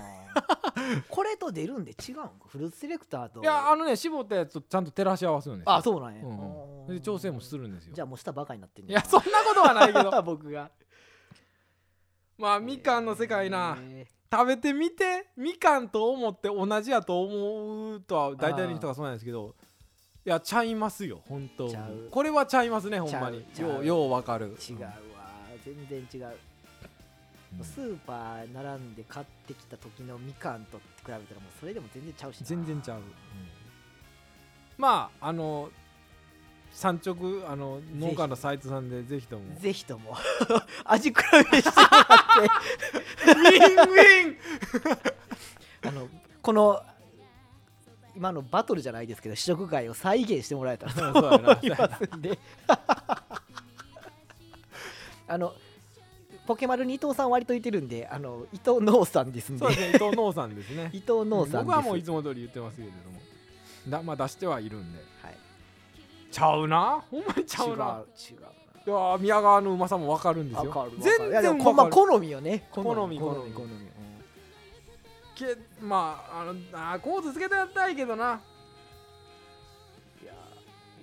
Speaker 2: これと出るんで違うんかフルーツセレクターと
Speaker 5: いやあのね絞ったやつとちゃんと照らし合わせるんですよ
Speaker 2: あそうなんや、
Speaker 5: うんで調整もす
Speaker 2: る
Speaker 5: るんですよ
Speaker 2: じゃあもう下バカになってん
Speaker 5: いやそんなことはないけど
Speaker 2: う 僕が
Speaker 5: まあみかんの世界な
Speaker 2: え
Speaker 5: 食べてみてみかんと思って同じやと思うとは大体の人がそうなんですけどいやちゃいますよ本当
Speaker 2: ちゃう
Speaker 5: これはちゃいますねほんまに
Speaker 2: ちゃうちゃ
Speaker 5: よ
Speaker 2: う
Speaker 5: うようわかる
Speaker 2: ー違うわ全然違う、
Speaker 5: うん
Speaker 2: スーパー並んで買ってきた時のみかんと比べたらもうそれでも全然ちゃうしな
Speaker 5: 全然ちゃう、うんまああの産直あの農家の斎藤さんでぜひとも
Speaker 2: ぜひとも 味比べしてもらってあのこの今のバトルじゃないですけど試食会を再現してもらえたらと
Speaker 5: そうやな
Speaker 2: 思いますんであのポケマルに伊藤さん割といてるんであの伊藤農さんですんで
Speaker 5: そうですね伊藤農さんですね
Speaker 2: 伊藤農さんです
Speaker 5: 僕はもういつも通り言ってますけれどもだまあ出してはいるんで
Speaker 2: はい
Speaker 5: ちゃうなほんまにちゃうな
Speaker 2: 違う違うない
Speaker 5: やー宮川のうまさもわかるんですよ
Speaker 2: わかるわかる
Speaker 5: 全
Speaker 2: いやで
Speaker 5: 然
Speaker 2: もこまあ
Speaker 5: わかる
Speaker 2: 好みよね
Speaker 5: 好み
Speaker 2: 好
Speaker 5: 好
Speaker 2: み
Speaker 5: み
Speaker 2: 好み
Speaker 5: けまああのあーこう続けてやったらいいけどない
Speaker 2: や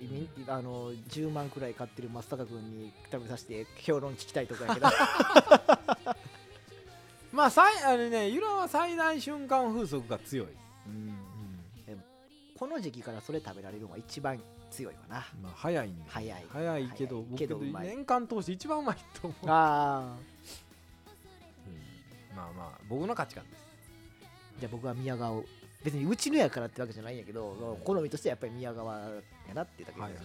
Speaker 2: ーみあの10万くらい買ってる松坂君に食べさせて評論聞きたいとこ やけど
Speaker 5: まあ最あのねゆらは最大瞬間風速が強い、
Speaker 2: この時期からそれ食べられるのが一番強いわな
Speaker 5: まあ早いんで
Speaker 2: 早い
Speaker 5: 早いけど
Speaker 2: 早いけど
Speaker 5: 僕
Speaker 2: うまい
Speaker 5: 年間通して一番うまいと思う、
Speaker 2: あ
Speaker 5: うんまあまあ僕の価値観です
Speaker 2: じゃあ僕は宮川を別にうちのやからってわけじゃないんやけど、好みとしてはやっぱり宮川やなってだけで、
Speaker 5: はいはいはい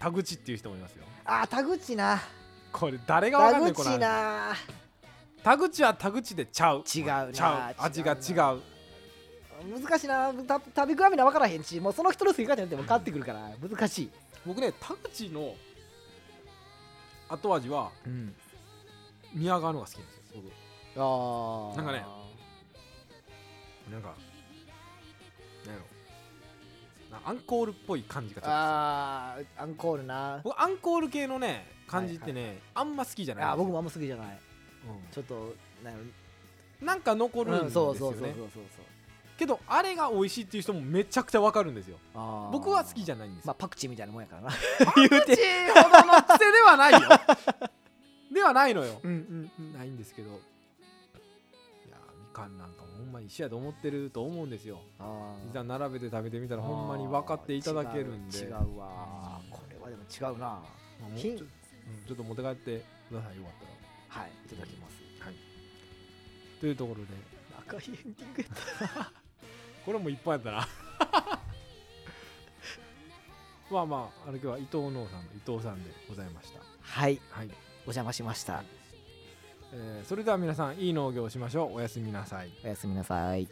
Speaker 5: 田口っていう人もいますよ
Speaker 2: ああ田口な
Speaker 5: これ誰がわか
Speaker 2: 田
Speaker 5: んないこ
Speaker 2: 口
Speaker 5: れ
Speaker 2: な
Speaker 5: 田口は田口でちゃう
Speaker 2: 違うな
Speaker 5: ちゃう味が
Speaker 2: 違う
Speaker 5: 違う
Speaker 2: 難しいなた食べ比べな分からへんしもうその人の好き方によっても変わってくるから難しい、
Speaker 5: 僕ね田口の後味は宮川のが好きなんですよ
Speaker 2: ああ
Speaker 5: なんかねなんかなんやろなアンコールっぽい感じがちょっとする
Speaker 2: あーアンコールな
Speaker 5: 僕アンコール系のね感じってね、あんま好きじゃない
Speaker 2: あー
Speaker 5: んで
Speaker 2: 僕
Speaker 5: すよ
Speaker 2: もあんま好きじゃないちょっとなんや
Speaker 5: うんなんか残る
Speaker 2: ろ
Speaker 5: ん
Speaker 2: う
Speaker 5: で
Speaker 2: ん
Speaker 5: すよ
Speaker 2: そ
Speaker 5: ね、
Speaker 2: うそうそうそうそうそう
Speaker 5: けどあれが美味しいっていう人もめちゃくちゃわかるんですよ
Speaker 2: あー
Speaker 5: 僕は好きじゃないんです
Speaker 2: ま
Speaker 5: よ、
Speaker 2: あパクチーみたいなもんやからな
Speaker 5: パクチーほどの癖ではないよ ではないのよ
Speaker 2: うんうんうん
Speaker 5: ないんですけどいやーみかんなんかほんまに一緒やと思ってると思うんですよ
Speaker 2: あ
Speaker 5: いざ並べて食べてみたらほんまに分かっていただけるんで
Speaker 2: 違う違うわこれはでも違うな
Speaker 5: まあもうち
Speaker 2: 金
Speaker 5: ょうんちょっと持って帰ってくださいよかったら
Speaker 2: はいいただきます
Speaker 5: というところで
Speaker 2: 赤いエンディングやった
Speaker 5: これもいっぱいやったな まあまああの今日は伊藤農さんの伊藤さんでございました
Speaker 2: はい
Speaker 5: はい、
Speaker 2: お邪魔しました
Speaker 5: えーそれでは皆さんいい農業をしましょうおやすみなさい
Speaker 2: おやすみなさい